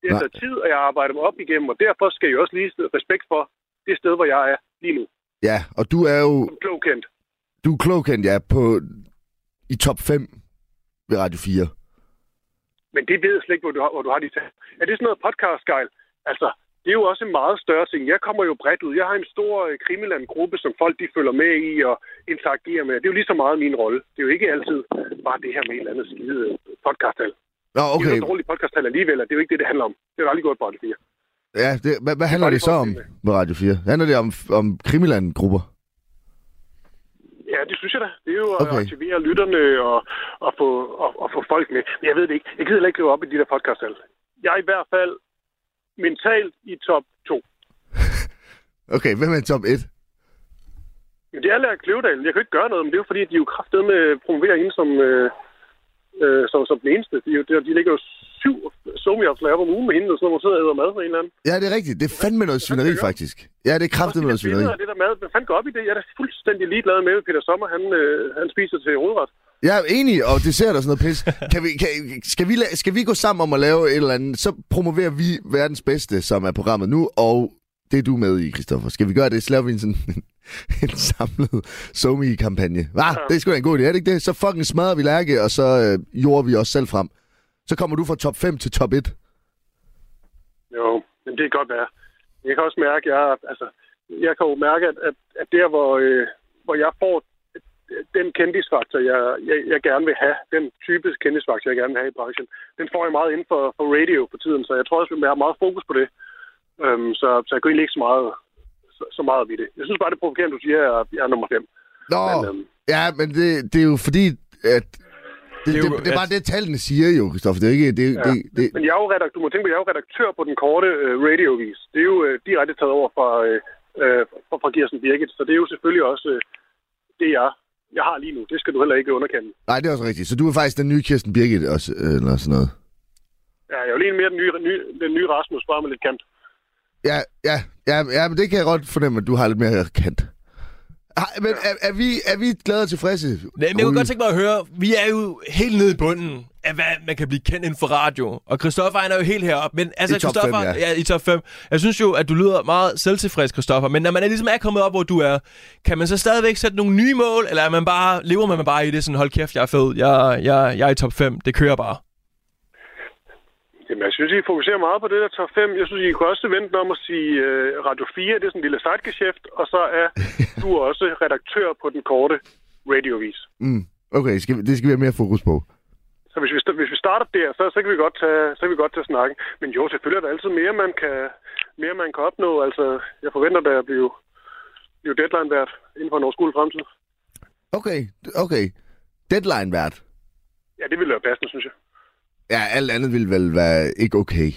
S5: Det er
S3: Nej.
S5: taget tid, og jeg arbejder mig op igennem, og derfor skal jeg også lige respekt for det sted, hvor jeg er lige nu.
S3: Ja, og du er jo
S5: Klogkendt.
S3: du er klogkendt, ja, på, i top 5 ved Radio 4.
S5: Men det ved jeg slet ikke, hvor du har, hvor du har de tal. Er det sådan noget podcastgejl? Altså, det er jo også en meget større ting. Jeg kommer jo bredt ud. Jeg har en stor øh, Krimiland-gruppe, som folk de følger med i og interagerer med. Det er jo lige så meget min rolle. Det er jo ikke altid bare det her med et eller andet skide øh, podcasttal.
S3: Nå,
S5: Det er
S3: okay.
S5: jo dårligt podcasttal alligevel, og det er jo ikke det, det handler om. Det er jo aldrig gået på det fire.
S3: Ja, det, hvad, hvad handler det så om med Radio 4? Handler det om, om Krimiland-grupper?
S5: Ja, det synes jeg da. Det er jo okay.
S3: Okay.
S5: at aktivere lytterne og, og, få, og, og få folk med. Men jeg ved det ikke. Jeg gider heller ikke løbe op i de der podcasttal. Jeg er i hvert fald mentalt i top 2.
S3: Okay, hvem er i top 1?
S5: Men det er Lærk Kløvedal. Jeg kan ikke gøre noget, men det er jo fordi, at de jo kraftedeme med promoverer hende som, øh, øh, som, som den eneste. De, er jo- de, de ligger jo syv somi-opslag op om ugen med hende, og sådan noget, hvor hun sidder og æder mad med en eller anden.
S3: Ja, det er rigtigt. Det er fandme noget svineri, faktisk. Ja, det er
S5: Også
S3: kraftigt
S5: de
S3: noget
S5: der
S3: svineri.
S5: billeder af det der mad. Hvad fanden går op i det? Jeg er da fuldstændig ligeglad med, at Peter Sommer han, øh, han spiser til hovedret.
S3: Jeg er enig, og det ser der sådan noget pis. Kan vi, kan, skal, vi, la- skal vi gå sammen om at lave et eller andet, så promoverer vi verdens bedste, som er programmet nu, og det er du med i, Christoffer. Skal vi gøre det, så laver vi en, sådan, en samlet SoMe-kampagne. Ah, det er sgu da en god idé, er det ikke det? Så fucking smadrer vi Lærke, og så øh, jorder vi os selv frem. Så kommer du fra top 5 til top 1.
S5: Jo, men det kan godt være. Jeg kan også mærke, at jeg, altså, jeg kan jo mærke, at, at, at der, hvor, øh, hvor jeg får den kendisfaktor, jeg, jeg, jeg gerne vil have, den type kendisfaktor, jeg gerne vil have i branchen, den får jeg meget inden for, for radio på tiden, så jeg tror også, at jeg har meget fokus på det. Øhm, så, så jeg går egentlig ikke så meget, så, så meget ved det. Jeg synes bare, det er provokerende, at du siger, at jeg, jeg er nummer 5.
S3: Nå,
S5: Men, øhm,
S3: ja, men det, det er jo fordi, at... Det, det,
S4: er
S3: det,
S4: jo-
S3: det er bare det, tallene siger jo, Christoffer. Det er ikke... Det, det, det,
S5: Men jeg er jo redaktør, du må tænke på, jeg er jo redaktør på den korte øh, radiovis. Det er jo øh, direkte taget over fra, øh, øh, fra, fra Gersen Birgit, så det er jo selvfølgelig også øh, det, jeg, jeg har lige nu. Det skal du heller ikke underkende.
S3: nej, det er også rigtigt. Så du er faktisk den nye Kirsten Birgit, også, øh, eller sådan noget.
S5: Ja, jeg er jo lige mere den nye, nye, den nye Rasmus, bare med lidt kant.
S3: Ja, ja, ja, ja, men det kan jeg godt fornemme, at du har lidt mere kant. Ej, men er, er, vi, er vi glade og tilfredse?
S4: Nej, men jeg kunne
S3: Ole?
S4: godt tænke mig at høre, vi er jo helt nede i bunden af, hvad man kan blive kendt inden for radio. Og Christoffer, han er jo helt heroppe. Men altså,
S3: I top
S4: Christoffer,
S3: fem, ja.
S4: ja. i top 5. Jeg synes jo, at du lyder meget selvtilfreds, Christoffer. Men når man er ligesom er kommet op, hvor du er, kan man så stadigvæk sætte nogle nye mål? Eller er man bare, lever man bare i det sådan, hold kæft, jeg er fed, jeg, jeg, jeg er i top 5, det kører bare.
S5: Jamen, jeg synes, I fokuserer meget på det der top 5. Jeg synes, I kunne også vente om at sige øh, Radio 4, det er sådan en lille sidegeschæft, og så er du også redaktør på den korte radiovis.
S3: Mm. Okay, skal vi, det skal vi have mere fokus på.
S5: Så hvis vi, sta- hvis vi starter der, så, så kan vi godt tage, så kan vi godt tage snakken. Men jo, selvfølgelig er der altid mere, man kan, mere, man kan opnå. Altså, jeg forventer da at blive, blive deadline vært inden for en overskuelig fremtid.
S3: Okay, okay. Deadline vært.
S5: Ja, det ville være passende, synes jeg.
S3: Ja, alt andet ville vel være ikke okay.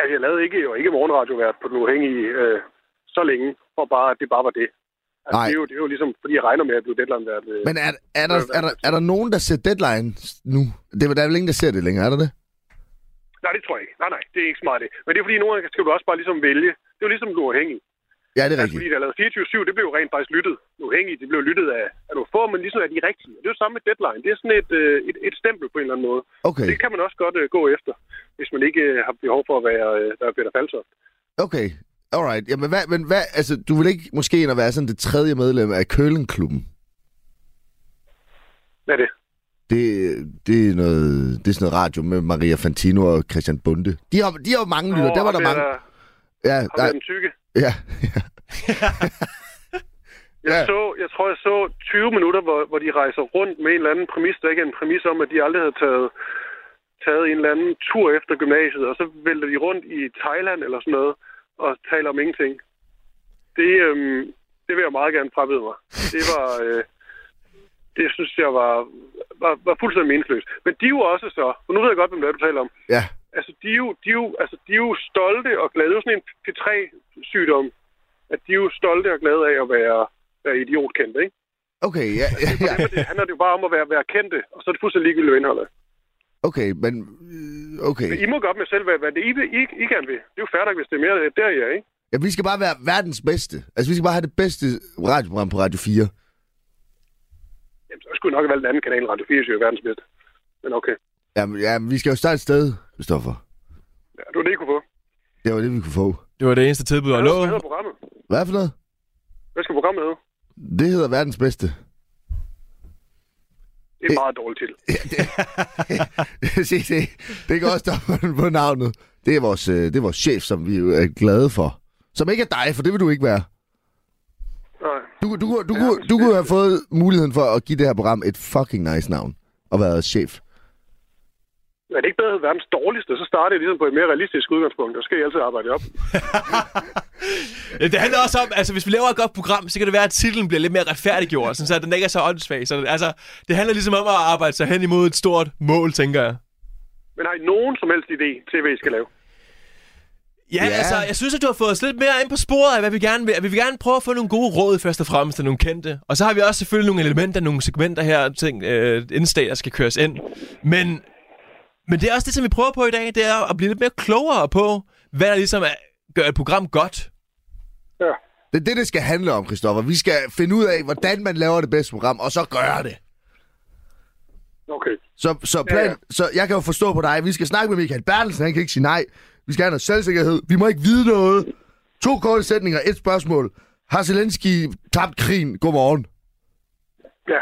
S5: Altså, jeg lavede ikke, jeg var ikke morgenradiovært på den uafhængige øh, så længe, for bare, at det bare var det. Altså,
S3: Nej.
S5: det, er jo, det er jo ligesom, fordi jeg regner med at blive deadline vært. Øh.
S3: Men er, er, der, er, der, er der nogen, der ser deadline nu? Det er der er vel ingen, der ser det længere, er der det?
S5: Nej, det tror jeg ikke. Nej, nej, det er ikke smart det. Men det er fordi, nogle gange skal du også bare ligesom vælge. Det er jo ligesom den uafhængige.
S3: Ja, det er
S5: Altså, fordi
S3: rigtigt.
S5: der lavede 24-7, det blev jo rent faktisk lyttet. Uafhængige, det blev lyttet af, af nogle få, men ligesom af de rigtige. Og Det er jo samme med deadline. Det er sådan et, øh, et, et stempel på en eller anden måde.
S3: Okay,
S5: Det kan man også godt øh, gå efter, hvis man ikke øh, har behov for at være øh, der er Peter Falsoft.
S3: okay. Alright. Jamen, hvad, men hvad, altså, du vil ikke måske ind og være sådan det tredje medlem af Kølenklubben?
S5: Hvad er det?
S3: Det, det, er noget, det er sådan noget radio med Maria Fantino og Christian Bunde. De har, de har jo mange lytter. Der var der mange. Ja,
S5: Har
S3: der,
S5: været den tykke.
S3: ja, ja.
S5: Jeg,
S3: Ja.
S5: så, jeg tror, jeg så 20 minutter, hvor, hvor de rejser rundt med en eller anden præmis, der ikke er en præmis om, at de aldrig havde taget, taget en eller anden tur efter gymnasiet, og så vælter de rundt i Thailand eller sådan noget, og taler om ingenting. Det, øhm, det vil jeg meget gerne frabede mig. Det var... Øh, det synes jeg var, var, var fuldstændig meningsløst. Men de er jo også så... Og nu ved jeg godt, hvem det er, du taler om.
S3: ja.
S5: altså, de er jo, de er jo, altså, de er jo stolte og glade. Det er jo sådan en P3-sygdom, at de er jo stolte og glade af at være, være idiotkendte, ikke?
S3: Okay, ja, ja, ja.
S5: Men det handler det jo bare om at være, være kendte, og så er det fuldstændig ligegyldigt, hvad indholdet er.
S3: Okay, men... øh,
S5: Men
S3: Okay.
S5: I må godt med selv, hvad, hvad det er, I, vil- I, I gerne vil. Det er jo færdigt, hvis det er mere der, I er, ikke?
S3: Ja, vi skal bare være verdens bedste. Altså, vi skal bare have det bedste radioprogram på Radio 4.
S5: Jamen, så skulle jeg nok have valgt en anden kanal. Radio 4 er jo verdens bedste. Men okay.
S3: Jamen, ja, men vi skal jo starte et sted, Christoffer.
S5: Ja, det var det, I kunne få.
S3: Det var det, vi kunne få.
S4: Det var det eneste tilbud, jeg
S5: Hvad
S4: lå.
S5: hedder programmet?
S3: Hvad for noget?
S5: Hvad skal programmet hedde?
S3: Det hedder verdens bedste.
S5: Det er en meget dårligt titel.
S3: Se, se. Det kan også stå på navnet. Det er vores, øh, det er vores chef, som vi jo er glade for. Som ikke er dig, for det vil du ikke være.
S5: Nej.
S3: Du, du, kunne- du, du, du kunne have fået muligheden for at give det her program et fucking nice navn. Og været chef.
S5: Er det ikke bedre at hedde verdens dårligste, så starter jeg ligesom på et mere realistisk udgangspunkt, og så skal I altid arbejde jer op.
S4: Ja, det handler også om, altså hvis vi laver et godt program, så kan det være, at titlen bliver lidt mere retfærdiggjort, sådan så den ikke er så åndssvag. Så, altså, det handler ligesom om at arbejde sig hen imod et stort mål, tænker jeg.
S5: Men har I nogen som helst idé til, hvad I skal lave?
S4: Ja,
S3: Ja.
S4: ja, altså, jeg synes, at du har fået os lidt mere ind på sporet af, hvad vi gerne vil. Vi vil gerne prøve at få nogle gode råd, først og fremmest, af nogle kendte. Og så har vi også selvfølgelig nogle elementer, nogle segmenter her, ting, øh, indslag, der skal køres ind. Men, men det er også det, som vi prøver på i dag, det er at blive lidt mere klogere på, hvad der ligesom er, gør et program godt.
S5: Ja.
S3: Det er det, det skal handle om, Christoffer. Vi skal finde ud af, hvordan man laver det bedste program, og så gøre det.
S5: Okay.
S3: Så, så, plan, ja,
S5: Ja,
S3: ja.
S5: ja.
S3: så jeg kan jo forstå på dig, vi skal snakke med Michael Bertelsen, han kan ikke sige nej. Vi skal have noget selvsikkerhed. Vi må ikke vide noget. To korte sætninger, et spørgsmål. Har Zelensky tabt krigen? Godmorgen.
S5: Ja,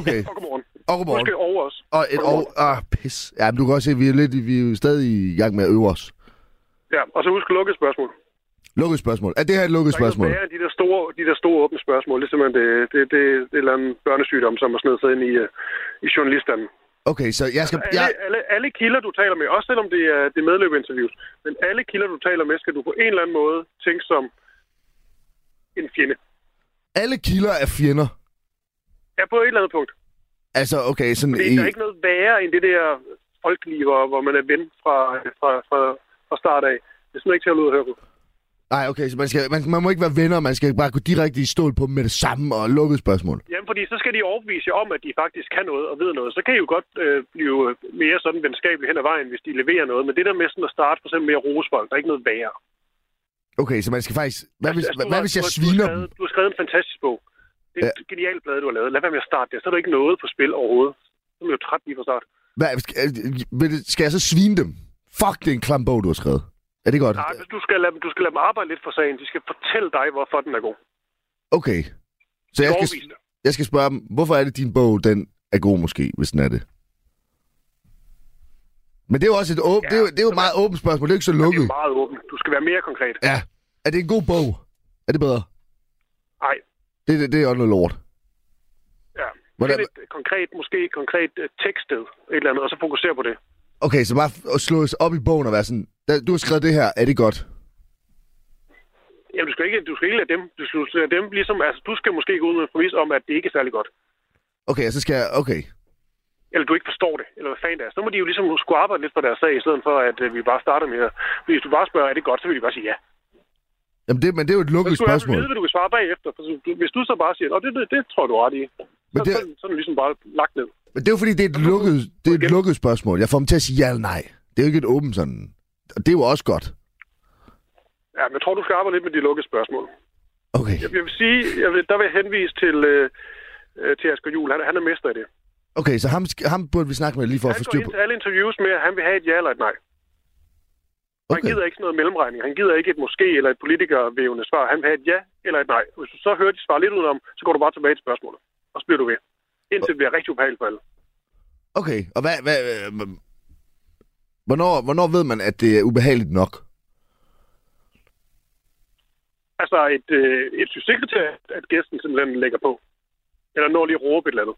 S3: Okay,
S5: og godmorgen.
S3: og godmorgen.
S5: Måske over os.
S3: Og et år. Ah, pis. Ja, men du kan også se, vi er, lidt, vi er jo stadig i gang med at øve os.
S5: Ja, og så husk lukket spørgsmål.
S3: Lukket spørgsmål. Er det her et lukket spørgsmål?
S5: Der er ikke noget værre end de der store, de der store åbne spørgsmål. Det er simpelthen det, det, det, det er en eller anden børnesygdom, som er snedet sig ind i, øh, i journalisterne.
S3: Okay, så jeg skal...
S5: Alle,
S3: Jeg,
S5: alle, alle kilder, du taler med, også selvom det er det er medløbinterviews, men alle kilder, du taler med, skal du på en eller anden måde tænke som en fjende.
S3: alle kilder er fjender.
S5: Ja, på et eller andet punkt.
S3: Altså, okay, sådan...
S5: Fordi der er ikke noget værre end det der folkeliv, hvor, hvor man er ven fra, fra, fra, fra start af. Det er simpelthen ikke til at holde ud at høre på.
S3: Nej, okay, så man, skal, man, man må ikke være venner, man skal bare gå direkte i stål på dem med det samme og lukket spørgsmål.
S5: Jamen, fordi så skal de overbevise jer om, at de faktisk kan noget og ved noget. Så kan I jo godt øh, blive mere sådan venskabelige hen ad vejen, hvis de leverer noget. Men det der med sådan at starte for eksempel med at rose folk, der er ikke noget værre.
S3: Okay, så man skal faktisk... Hvad hvis,
S5: Altså,
S3: hvad,
S5: du
S3: hvad
S5: har-
S3: hvis
S5: du
S3: jeg
S5: har-
S3: sviner
S5: du har,
S3: dem?
S5: skrevet, du har skrevet en fantastisk bog. Det er ja. et genialt blad, du har lavet. Lad være med at starte det. Så er der ikke noget på spil overhovedet. Så er man jo træt lige fra start.
S3: Hvad, skal, vil det- skal jeg så svine dem? Fuck, det er en klam bog, du har skrevet. Er det godt?
S5: Nej, men du skal, lade, dem- du skal lade dem arbejde lidt for sagen. De skal fortælle dig, hvorfor den er god.
S3: Okay. Så jeg skal,
S5: Overbevise dig.
S3: jeg skal spørge dem, hvorfor er det din bog, den er god måske, hvis den er det? Men det er jo også et åb- ja, det er, jo- det er jo et meget åbent spørgsmål. Det er jo ikke så
S5: Det
S3: lukket.
S5: er meget åbent. Du skal være mere konkret.
S3: Ja. Er det en god bog? Er det bedre?
S5: Nej,
S3: Det, det, det er også noget lort.
S5: ja.
S3: Hvordan-
S5: Find et konkret, måske et konkret øh, tekststed, et eller andet, og så fokusere på det.
S3: Okay, så bare f- at slå os op i bogen og være sådan, "Da- du har skrevet det her, er det godt?
S5: Jamen, du skal ikke, du skal ikke lade dem. Du skal lade dem ligesom, altså, du skal måske gå ud med en præmis om, at det ikke er særlig godt.
S3: Okay, og så skal jeg, okay.
S5: Eller du ikke forstår det, eller hvad fanden det er. Så må de jo ligesom skulle arbejde lidt på deres sag, i stedet for, at øh, vi bare starter med at... Hvis du bare spørger, er det godt, så vil de bare sige ja.
S3: Jamen det, men det er jo et
S5: Men
S3: lukket
S5: du skal altså
S3: spørgsmål.
S5: vide, hvad du kan svare bagefter. For du- Hvis du så bare siger, at det, det, det tror jeg, du er ret i,
S3: Men
S5: så,
S3: det-
S5: det... så, så er det ligesom bare lagt ned.
S3: Men det er jo fordi, det er et lukket, det er et lukket spørgsmål. Jeg får dem til at sige ja eller nej. Det er jo ikke et åbent sådan. Og det er jo også godt.
S5: Ja, men jeg tror, du skal arbejde lidt med de lukkede spørgsmål.
S3: Okay,
S5: Jeg vil sige, jeg vil, der vil jeg henvise til, øh, øh, til Asger Juhl. Han, han er mester i det.
S3: okay så ham, sk- ham burde vi snakke med lige for at
S5: han
S3: få
S5: går
S3: styr
S5: ind
S3: på.
S5: til alle interviews med, at han vil have et ja eller et nej. Okay. Han
S3: Okay.
S5: gider ikke sådan noget mellemregning. Han gider ikke et måske eller et politikervævende svar. Han vil have et ja eller et nej. Hvis du så hører de svar lidt udenom, så går du bare tilbage til spørgsmålet. Og så bliver du ved. Indtil det bliver rigtig ubehageligt for alle.
S3: Okay, og hvad, hvad, øh, hv- hvornår, hvornår ved man, at det er ubehageligt nok?
S5: Altså et, øh, et succeskriterie, at gæsten simpelthen lægger på. Eller når lige at råbe et eller andet.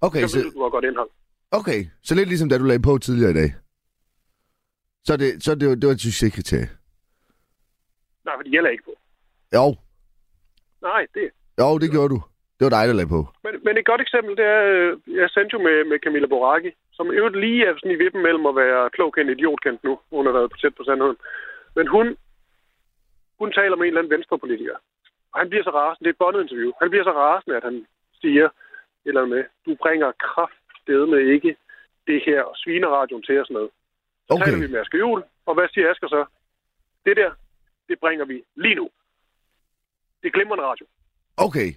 S3: Okay,
S5: Så ved du,
S3: så,
S5: du har godt indhold.
S3: okay, så lidt ligesom da du lagde på tidligere i dag. Så er det, så er det, jo- det var et succeskriterie.
S5: Nej, for de gælder ikke på.
S3: Jo,
S5: Nej, det
S3: jo, det gjorde du. Det var dig, der lagde på.
S5: Men, men et godt eksempel, det er, øh, jeg sendte jo med, med Camilla Boraki, som i øvrigt lige er sådan i vippen mellem at være klogkendt og idiotkendt nu. Hun har været på tæt på sandheden. Men hun, hun taler med en eller anden venstrepolitiker. Og han bliver så rasende. Det er et bondet interview. Han bliver så rasende, at han siger et eller andet med, du bringer kraftedeme med ikke det her og svineradion til og sådan noget. Så
S3: Okay.
S5: taler vi med Asger Juhl, og hvad siger Asger så? Det der, det bringer vi lige nu. Det glemmer en radio.
S3: Okay.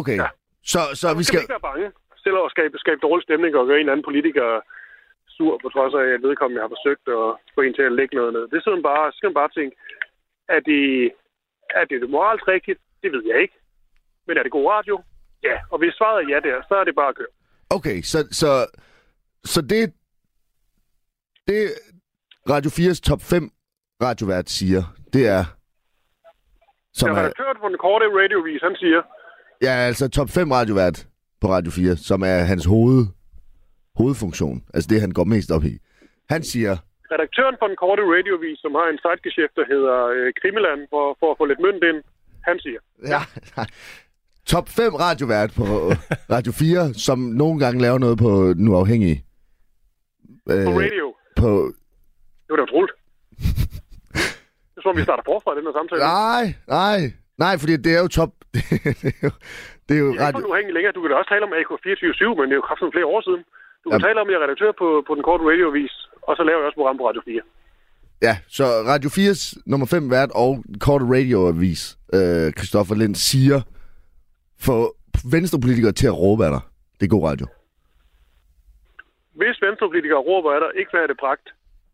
S3: Okay.
S5: Ja.
S3: Så, så vi
S5: skal man
S3: skal...
S5: ikke være bange. Selv at skabe, skabe dårlig stemning og gøre en eller anden politiker sur, på trods af, at vedkommende har forsøgt at få en til at lægge noget ned. Det sidder man bare, så skal man bare tænke, er det, er det, det moralsk rigtigt? Det ved jeg ikke. Men er det god radio? Ja, og hvis svaret er ja der, så er det bare at køre.
S3: Okay, så, så, så det, det Radio 4's top 5 radiovært siger, det er... Som
S5: Der
S3: er,
S5: redaktøren på den korte radiovis, han siger,
S3: ja, altså top 5 radiovært på Radio 4, som er hans hoved, hovedfunktion. Altså det, han går mest op i. Han siger,
S5: redaktøren på den korte radiovis, som har en sidegeschæft, der hedder øh, Krimiland, for, for at få lidt mønt ind, han siger,
S3: ja, nej, top 5 radiovært på øh, Radio 4, som nogle gange laver noget på Nu Afhængig.
S5: på
S3: Øh,
S5: radio.
S3: på,
S5: Det var da utroligt. Det er som om, vi starter forfra i den her samtale.
S3: nej, nej, nej, fordi det er jo top... det er jo, det er jo
S5: Det er ikke
S3: radio,
S5: for uafhængig længere. Du kan da også tale om AK247, men det er jo kraftigt flere år siden. Du kan
S3: Jamen.
S5: tale om, at jeg er redaktør på, på den korte radiovis, og så laver jeg også program på Radio 4.
S3: Ja, så Radio 4's nummer 5 vært og kort radioavis, øh, Christoffer Lind, siger, få venstrepolitikere til at råbe af dig. Det er god radio.
S5: Hvis venstrepolitikere råber af dig, ikke hvad er det bragt,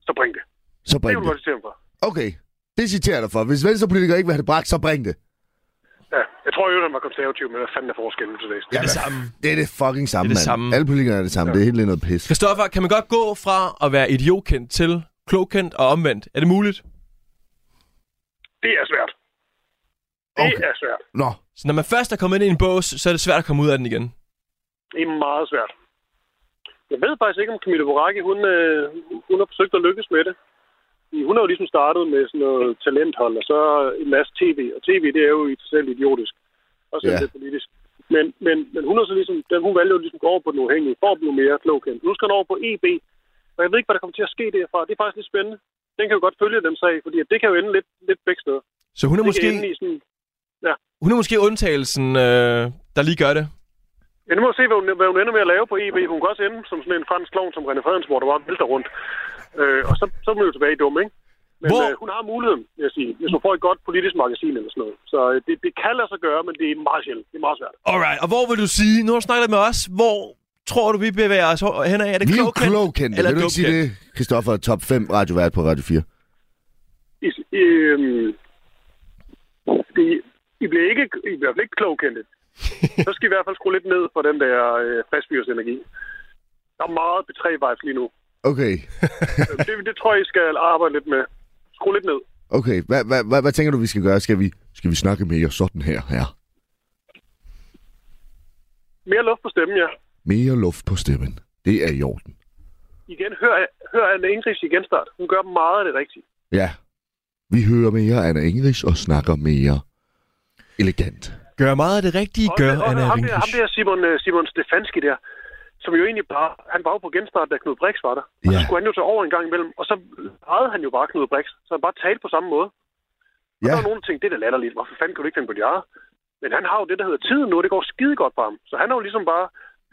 S5: så bring det.
S3: Så
S5: Det kan
S3: bring
S5: du
S3: det.
S5: godt citere mig for.
S3: Okay, det citerer jeg dig for. Hvis venstrepolitikere ikke vil have det bragt, så bring det.
S5: Ja, jeg tror jo, at han var konservativ, men hvad fanden er forskellen til dags?
S4: Det er det samme.
S3: Det er det fucking samme,
S4: Det er det
S3: mand.
S4: samme.
S3: Alle politikere er det samme. Ja. Det er helt lidt noget pis.
S4: Christoffer, kan man godt gå fra at være idiotkendt til klogkendt og omvendt? Er det muligt?
S5: Det er svært. Det
S3: Okay.
S5: er svært.
S3: Nå,
S4: Så når man først er kommet ind i en bås, så er det svært at komme ud af den igen.
S5: Det er meget svært. Jeg ved faktisk ikke, om Camilla Boracchi, hun, øh, hun har forsøgt at lykkes med det. Fordi Hun har jo ligesom startet med sådan noget talenthold, og så en masse tv. Og tv, det er jo i sig selv idiotisk. Også
S3: Ja.
S5: yeah. lidt politisk. Men, men, men hun, har så ligesom, den, hun valgte jo ligesom at gå over på den uafhængige, for at blive mere klogkendt. Nu skal hun over på EB, og jeg ved ikke, hvad der kommer til at ske derfra. Det er faktisk lidt spændende. Den kan jo godt følge den sag, fordi at det kan jo ende lidt, lidt begge steder.
S4: Så hun er
S5: Det kan ende
S4: måske,
S5: i sådan...
S4: hun er måske undtagelsen, øh, der lige gør det.
S5: Ja, nu må vi se, hvad hun, hvad hun ender med at lave på EB. Hun kan også ende som sådan en fransk klovn, som René Fredensborg, der bare vælter rundt. Øh, og så, så er hun jo tilbage i dum, ikke? Men
S4: Hvor-
S5: øh, hun har muligheden, vil jeg sige. Hvis hun får et godt politisk magasin eller sådan noget. Så øh, det, det kan lade sig gøre, men det er meget sjældent. Det er meget svært.
S4: Alright, og hvor vil du sige, nu har du snakket med os, hvor tror du, vi bevæger os ho- henad? Er det
S3: vi er jo
S4: klogkendt
S3: klogkendte.
S4: eller
S3: Vil du ikke sige
S4: dumkendt?
S3: det, Christoffer, er top 5 radiovært på Radio 4?
S5: I, øh, det, I bliver ikke, I bliver i hvert fald ikke klogkendte. så skal I i hvert fald skrue lidt ned for den der øh, friskfyrsenergi. Der er meget betræ vibes lige nu. Øh,
S3: Okay,
S5: Det, det tror jeg, I skal arbejde lidt med. Skru lidt ned.
S3: okay. Hvad, hvad, hvad, hvad tænker du, vi skal gøre? Skal vi, skal vi snakke mere sådan her? Ja.
S5: Mere luft på stemmen, ja.
S3: Mere luft på stemmen. Det er i orden.
S5: Igen, hør, hør Anna Ingrids i genstart. Hun gør meget af det rigtige.
S3: Ja. Vi hører mere Anna English og snakker mere elegant.
S4: Gør meget af det rigtige,
S5: Og,
S4: gør
S5: og, og
S4: Anna
S5: ham, der, ham
S4: Rinkish.
S5: der Simon, øh, Simon Stefanski der, som jo egentlig bare, han var jo på genstart, da Knud Brix var der. Og
S3: Ja.
S5: så skulle han jo tage over en gang imellem, og så ejede han jo bare Knud Brix, så han bare talte på samme måde. Og
S3: Ja.
S5: ja. der var nogen, der tænkte, det er da latterligt, hvorfor fanden kan du ikke finde på de eget? Men han har jo det, der hedder tid nu, og det går skide godt for ham. Så han er jo ligesom bare,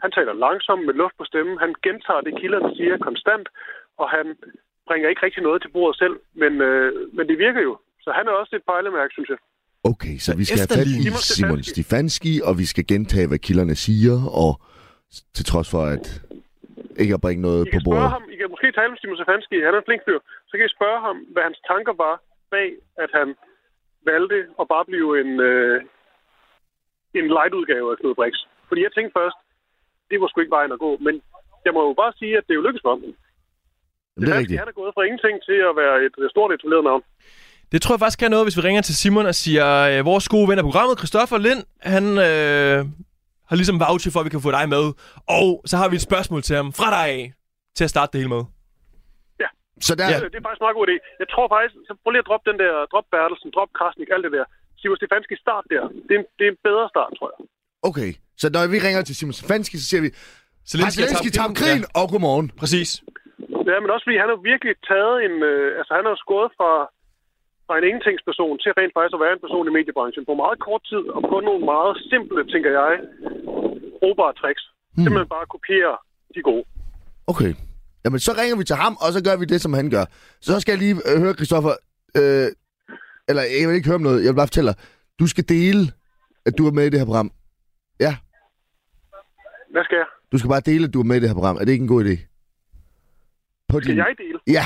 S5: han taler langsomt med luft på stemmen, han gentager det, kilderne siger konstant, og han bringer ikke rigtig noget til bordet selv, men, øh, men det virker jo. Så han er også et pejlemærke, synes jeg.
S3: Okay, så vi skal have fat
S4: efterlign
S3: i
S5: Simon
S3: Simon
S5: Stefanski.
S3: Stefanski, og vi skal gentage, hvad kilderne siger, og s- til trods for, at ikke at bringe noget
S5: I
S3: på
S5: kan spørge
S3: bordet.
S5: ham, I kan måske tale med Simon Stefanski, han er en flink fyr, så kan I spørge ham, hvad hans tanker var bag, at han valgte at bare blive en, øh, en light-udgave af Knud Brix. Fordi jeg tænkte først, det var sgu ikke vejen at gå, men jeg må jo bare sige, at det er jo lykkedes for ham.
S3: Jamen, det er
S5: Stefanski,
S3: rigtigt.
S5: Han er gået fra ingenting til at være et øh, stort etableret navn.
S4: Det tror jeg faktisk kan noget, hvis vi ringer til Simon og siger, øh, vores gode ven af programmet, Christoffer Lind, han øh, har ligesom vouchet for, at vi kan få dig med. Og så har vi et spørgsmål til ham fra dig af, til at starte det hele med.
S3: Så der,
S5: Ja. Øh, Det er faktisk en meget god idé. Jeg tror faktisk, så prøv lige at droppe den der, drop Bertelsen, drop Krasnik, alt det der. Simon Stefanski start der. Det er, en, det er en bedre start, tror jeg.
S3: okay, så når vi ringer til Simon Stefanski, så siger vi,
S4: Zelensky
S3: har
S4: har
S3: Zelensky
S4: tabt
S3: tabt
S4: krigen?"
S3: krigen, og godmorgen.
S4: Præcis.
S5: Ja, men også fordi han har jo virkelig taget en... Øh, altså, han har jo skåret fra, fra en ingentingsperson til rent faktisk at være en person i mediebranchen på meget kort tid, og på nogle meget simple, tænker jeg, brugbare tricks. Hmm. Simpelthen bare kopiere de gode.
S3: Okay. Jamen, så ringer vi til ham, og så gør vi det, som han gør. Så skal jeg lige øh, høre, Christoffer, øh, eller jeg vil ikke høre om noget, jeg vil bare fortælle dig. Du skal dele, at du er med i det her program. Ja,
S5: Hvad skal jeg?
S3: du skal bare dele, at du er med i det her program. Er det ikke en god idé? På
S5: Skal jeg dele?
S3: Ja.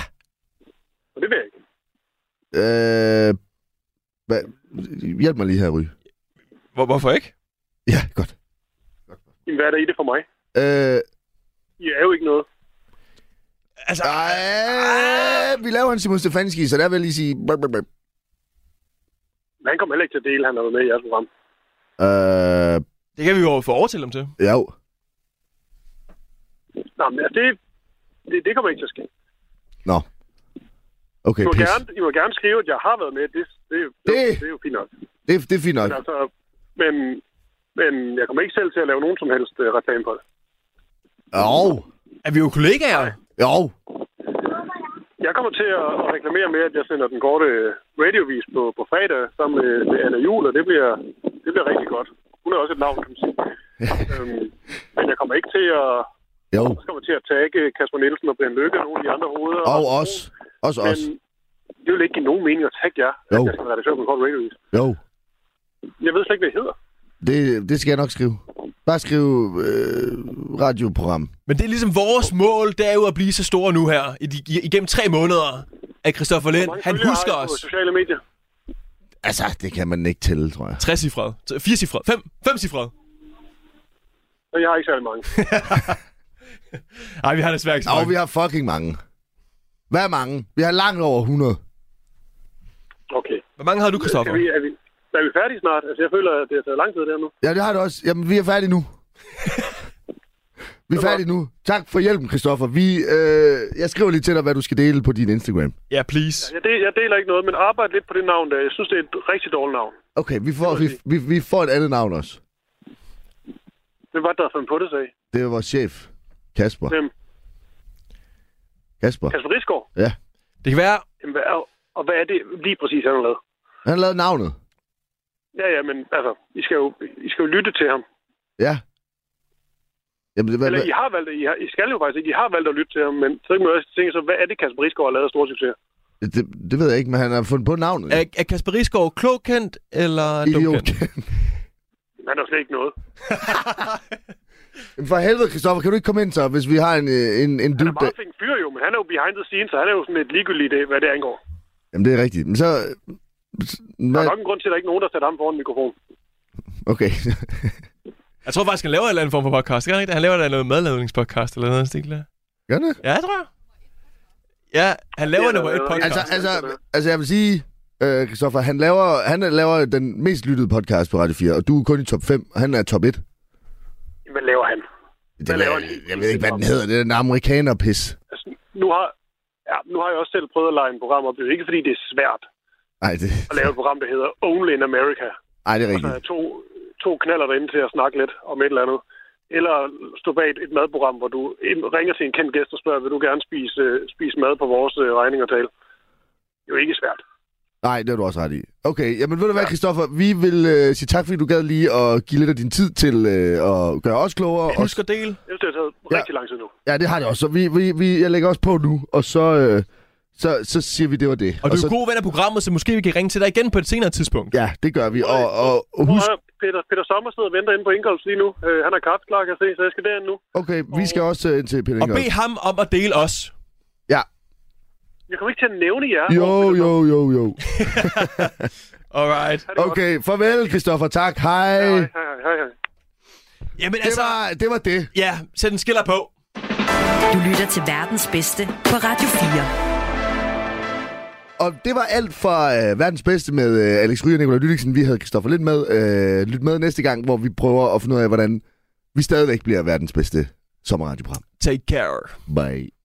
S5: Og det vil jeg ikke.
S3: Øh, hvad? Hjælp mig lige her, Ry.
S4: Hvor, hvorfor ikke?
S3: Ja, godt.
S5: Jamen, hvad er der i det for mig?
S3: Øh,
S5: I er jo ikke noget.
S4: Altså,
S3: ej, vi laver en Simon Stefanski, så der vil jeg lige sige... brr, brr, brr.
S5: Men han kommer heller ikke til at dele, han har været med i jeres program.
S3: Øh,
S4: det kan vi jo få overtalt dem til.
S3: ja,
S5: Nej, men altså, det, det, det kommer ikke til at ske.
S3: nå. Okay,
S5: I må,
S3: pis.
S5: gerne, I må gerne skrive, at jeg har været med. Det, det, det, det,
S3: Det-
S5: det er jo fint nok.
S3: Det, det er fint nok.
S5: Men, altså, men, men jeg kommer ikke selv til at lave nogen som helst øh, reklame på det.
S3: Jo,
S4: Er vi jo kollegaer?
S3: jo.
S5: Jeg kommer til at at reklamere med, at jeg sender den korte øh, radiovis på, på fredag sammen med, med Anna Jul, og det bliver, det bliver rigtig godt. Hun er også et navn, kan man sige. øhm, men jeg kommer ikke til at,
S3: Jo,
S5: så kommer jeg til at tagge Kasper Nielsen og Brian Lykke og nogle af de andre hoveder.
S3: og os. Også
S5: Men
S3: os.
S5: det vil ikke give nogen mening at tagge jer,
S3: Jo.
S5: at jeg skal redaktør på en kort radiovis.
S3: Jo,
S5: Jeg ved slet ikke, hvad det hedder.
S3: det, det skal jeg nok skrive. Bare skrive øh, radioprogram.
S4: Men det er ligesom vores mål, det er jo at blive så store nu her, i de, i- igennem tre måneder, at Christoffer Lind,
S5: Mange
S4: han
S5: følgere
S4: husker
S5: har I
S4: os.
S5: På sociale medier.
S3: Altså, det kan man ikke tælle, tror jeg.
S4: 60 cifret, 4 cifret, 5, 5 cifret.
S5: Og jeg har ikke særlig mange.
S4: Nej, vi har desværre ikke så
S3: Og
S4: mange.
S3: vi har fucking mange. Hvad er mange? Vi har langt over 100.
S5: Okay.
S4: Hvor mange har du, Christoffer?
S5: Er vi, er, vi, er vi færdige snart? Altså, jeg føler, at det har taget lang tid der nu.
S3: Ja, det har det også. Jamen, vi er færdige nu. vi er færdige nu. Tak for hjælpen, Christoffer. Vi, øh, jeg skriver lige til dig, hvad du skal dele på din Instagram.
S4: Ja, please.
S5: Altså, Jeg, del, jeg deler ikke noget, men arbejde lidt på det navn der. Jeg synes, det er et rigtig dårligt navn.
S3: Okay, vi får, vi, vi, vi får et andet navn også.
S5: Hvem var det, der fandt på det, sagde I?
S3: Det er vores chef, Kasper.
S5: Hvem?
S3: Kasper.
S5: Kasper Risgaard?
S3: Ja.
S4: Det kan være,
S5: Jamen, hvad er, og hvad er det lige præcis, han har lavet?
S3: Han har lavet navnet.
S5: Ja, ja, men altså, I skal jo, I skal jo lytte til ham.
S3: Ja. Jamen, det, hvad,
S5: Eller
S3: hvad,
S5: I har valgt, I, har, I skal jo faktisk ikke, I har valgt at lytte til ham, men så kan man også tænke så, hvad er det, Kasper Risgaard har lavet af stor succes?
S3: det, det ved jeg ikke, men han har fundet på navnet.
S4: er, er Kasper Risgaard klog kendt, eller dum
S3: Idiot.
S4: kendt?
S5: Han er jo slet ikke noget.
S3: Jamen, For helvede, Christoffer, kan du ikke komme ind så, hvis vi har en, øh, en, en
S5: Han
S3: dude
S5: er
S3: der?
S5: meget flink fyr jo, men han er jo behind the scenes, så han er jo sådan lidt ligegyldig i det, hvad det angår.
S3: Jamen, det er rigtigt. Men så...
S5: Der
S3: Hvad?
S5: er nok en grund til, at der ikke er nogen, der sætter ham foran mikrofonen.
S3: Okay.
S4: Jeg tror faktisk, han laver en eller anden form for podcast. Gør han ikke det? Han laver da noget madlavningspodcast eller noget stik der.
S3: Gør det?
S4: Ja, det tror jeg. Ja, han laver
S5: Ja,
S4: nummer et
S5: der er-
S4: podcast.
S3: Altså,
S4: Altså,
S5: klart.
S3: altså, altså jeg vil sige, øh, Christoffer, han laver, han laver den mest lyttede podcast på Radio 4, og du er kun i top 5. Han er top 1.
S5: Hvad laver han?
S3: Det
S5: Hvad laver
S3: er-
S5: han?
S3: Jeg ved ikke, hvad den hedder. Det er den amerikaner-pis.
S5: Altså, nu har, ja, nu har jeg også selv prøvet at lege en program op. Det er ikke, fordi det er svært
S3: Nej, det,
S5: at lave et program, der hedder Only in America.
S3: ej, det er
S5: Så er
S3: rigtigt.
S5: to, to knaller derinde til at snakke lidt om et eller andet. Eller stå bag et, et madprogram, hvor du ind- ringer til en kendt gæst og spørger, vil du gerne spise, øh, spise mad på vores øh, regning og tale? Det er jo ikke svært.
S3: Nej, det har du også ret i. Okay, jamen ved du hvad, Christoffer? Vi vil øh, sige tak, fordi du gad lige at give lidt af din tid til øh, at gøre os klogere. Og,
S4: Husk at dele.
S5: Jeg synes, det har taget
S3: Ja.
S5: ja. rigtig lang tid nu.
S3: ja, det har det også. Så vi, vi, vi, jeg lægger også på nu, og så, øh, så, så siger vi, det var det.
S4: Og du er
S3: så,
S4: jo god ven af programmet, så måske vi kan ringe til dig igen på et senere tidspunkt.
S3: Ja, det gør vi. Og, og, og
S5: Prøv at
S3: husk,
S5: høre, Peter, Peter Sommer sidder og venter inde på Ingolfs lige nu. Øh, han har kaffe klar, kan jeg se, så jeg skal derhen nu.
S3: okay, vi skal også øh, ind til Peter
S4: Og
S3: Ingemann.
S4: bed ham om at dele os.
S3: Ja,
S5: Jeg kommer ikke til at nævne jer.
S3: jo, jo, jo, jo.
S4: Alright.
S3: Okay, farvel, Christoffer. Tak. Hej. Det
S5: Hej, hej, hej, hej, hej.
S4: Jamen altså,
S3: var det. Var det.
S4: ja, sæt en skiller på.
S2: Du lytter til verdens bedste på Radio 4.
S3: Og det var alt fra øh, verdens bedste med øh, Alex Ryger og Nicolai Lydiksen. Vi havde Christoffer lidt med. Øh, lyt med næste gang, hvor vi prøver at finde ud af, hvordan vi stadigvæk bliver verdens bedste sommerradioprogram.
S4: Take care.
S3: Bye.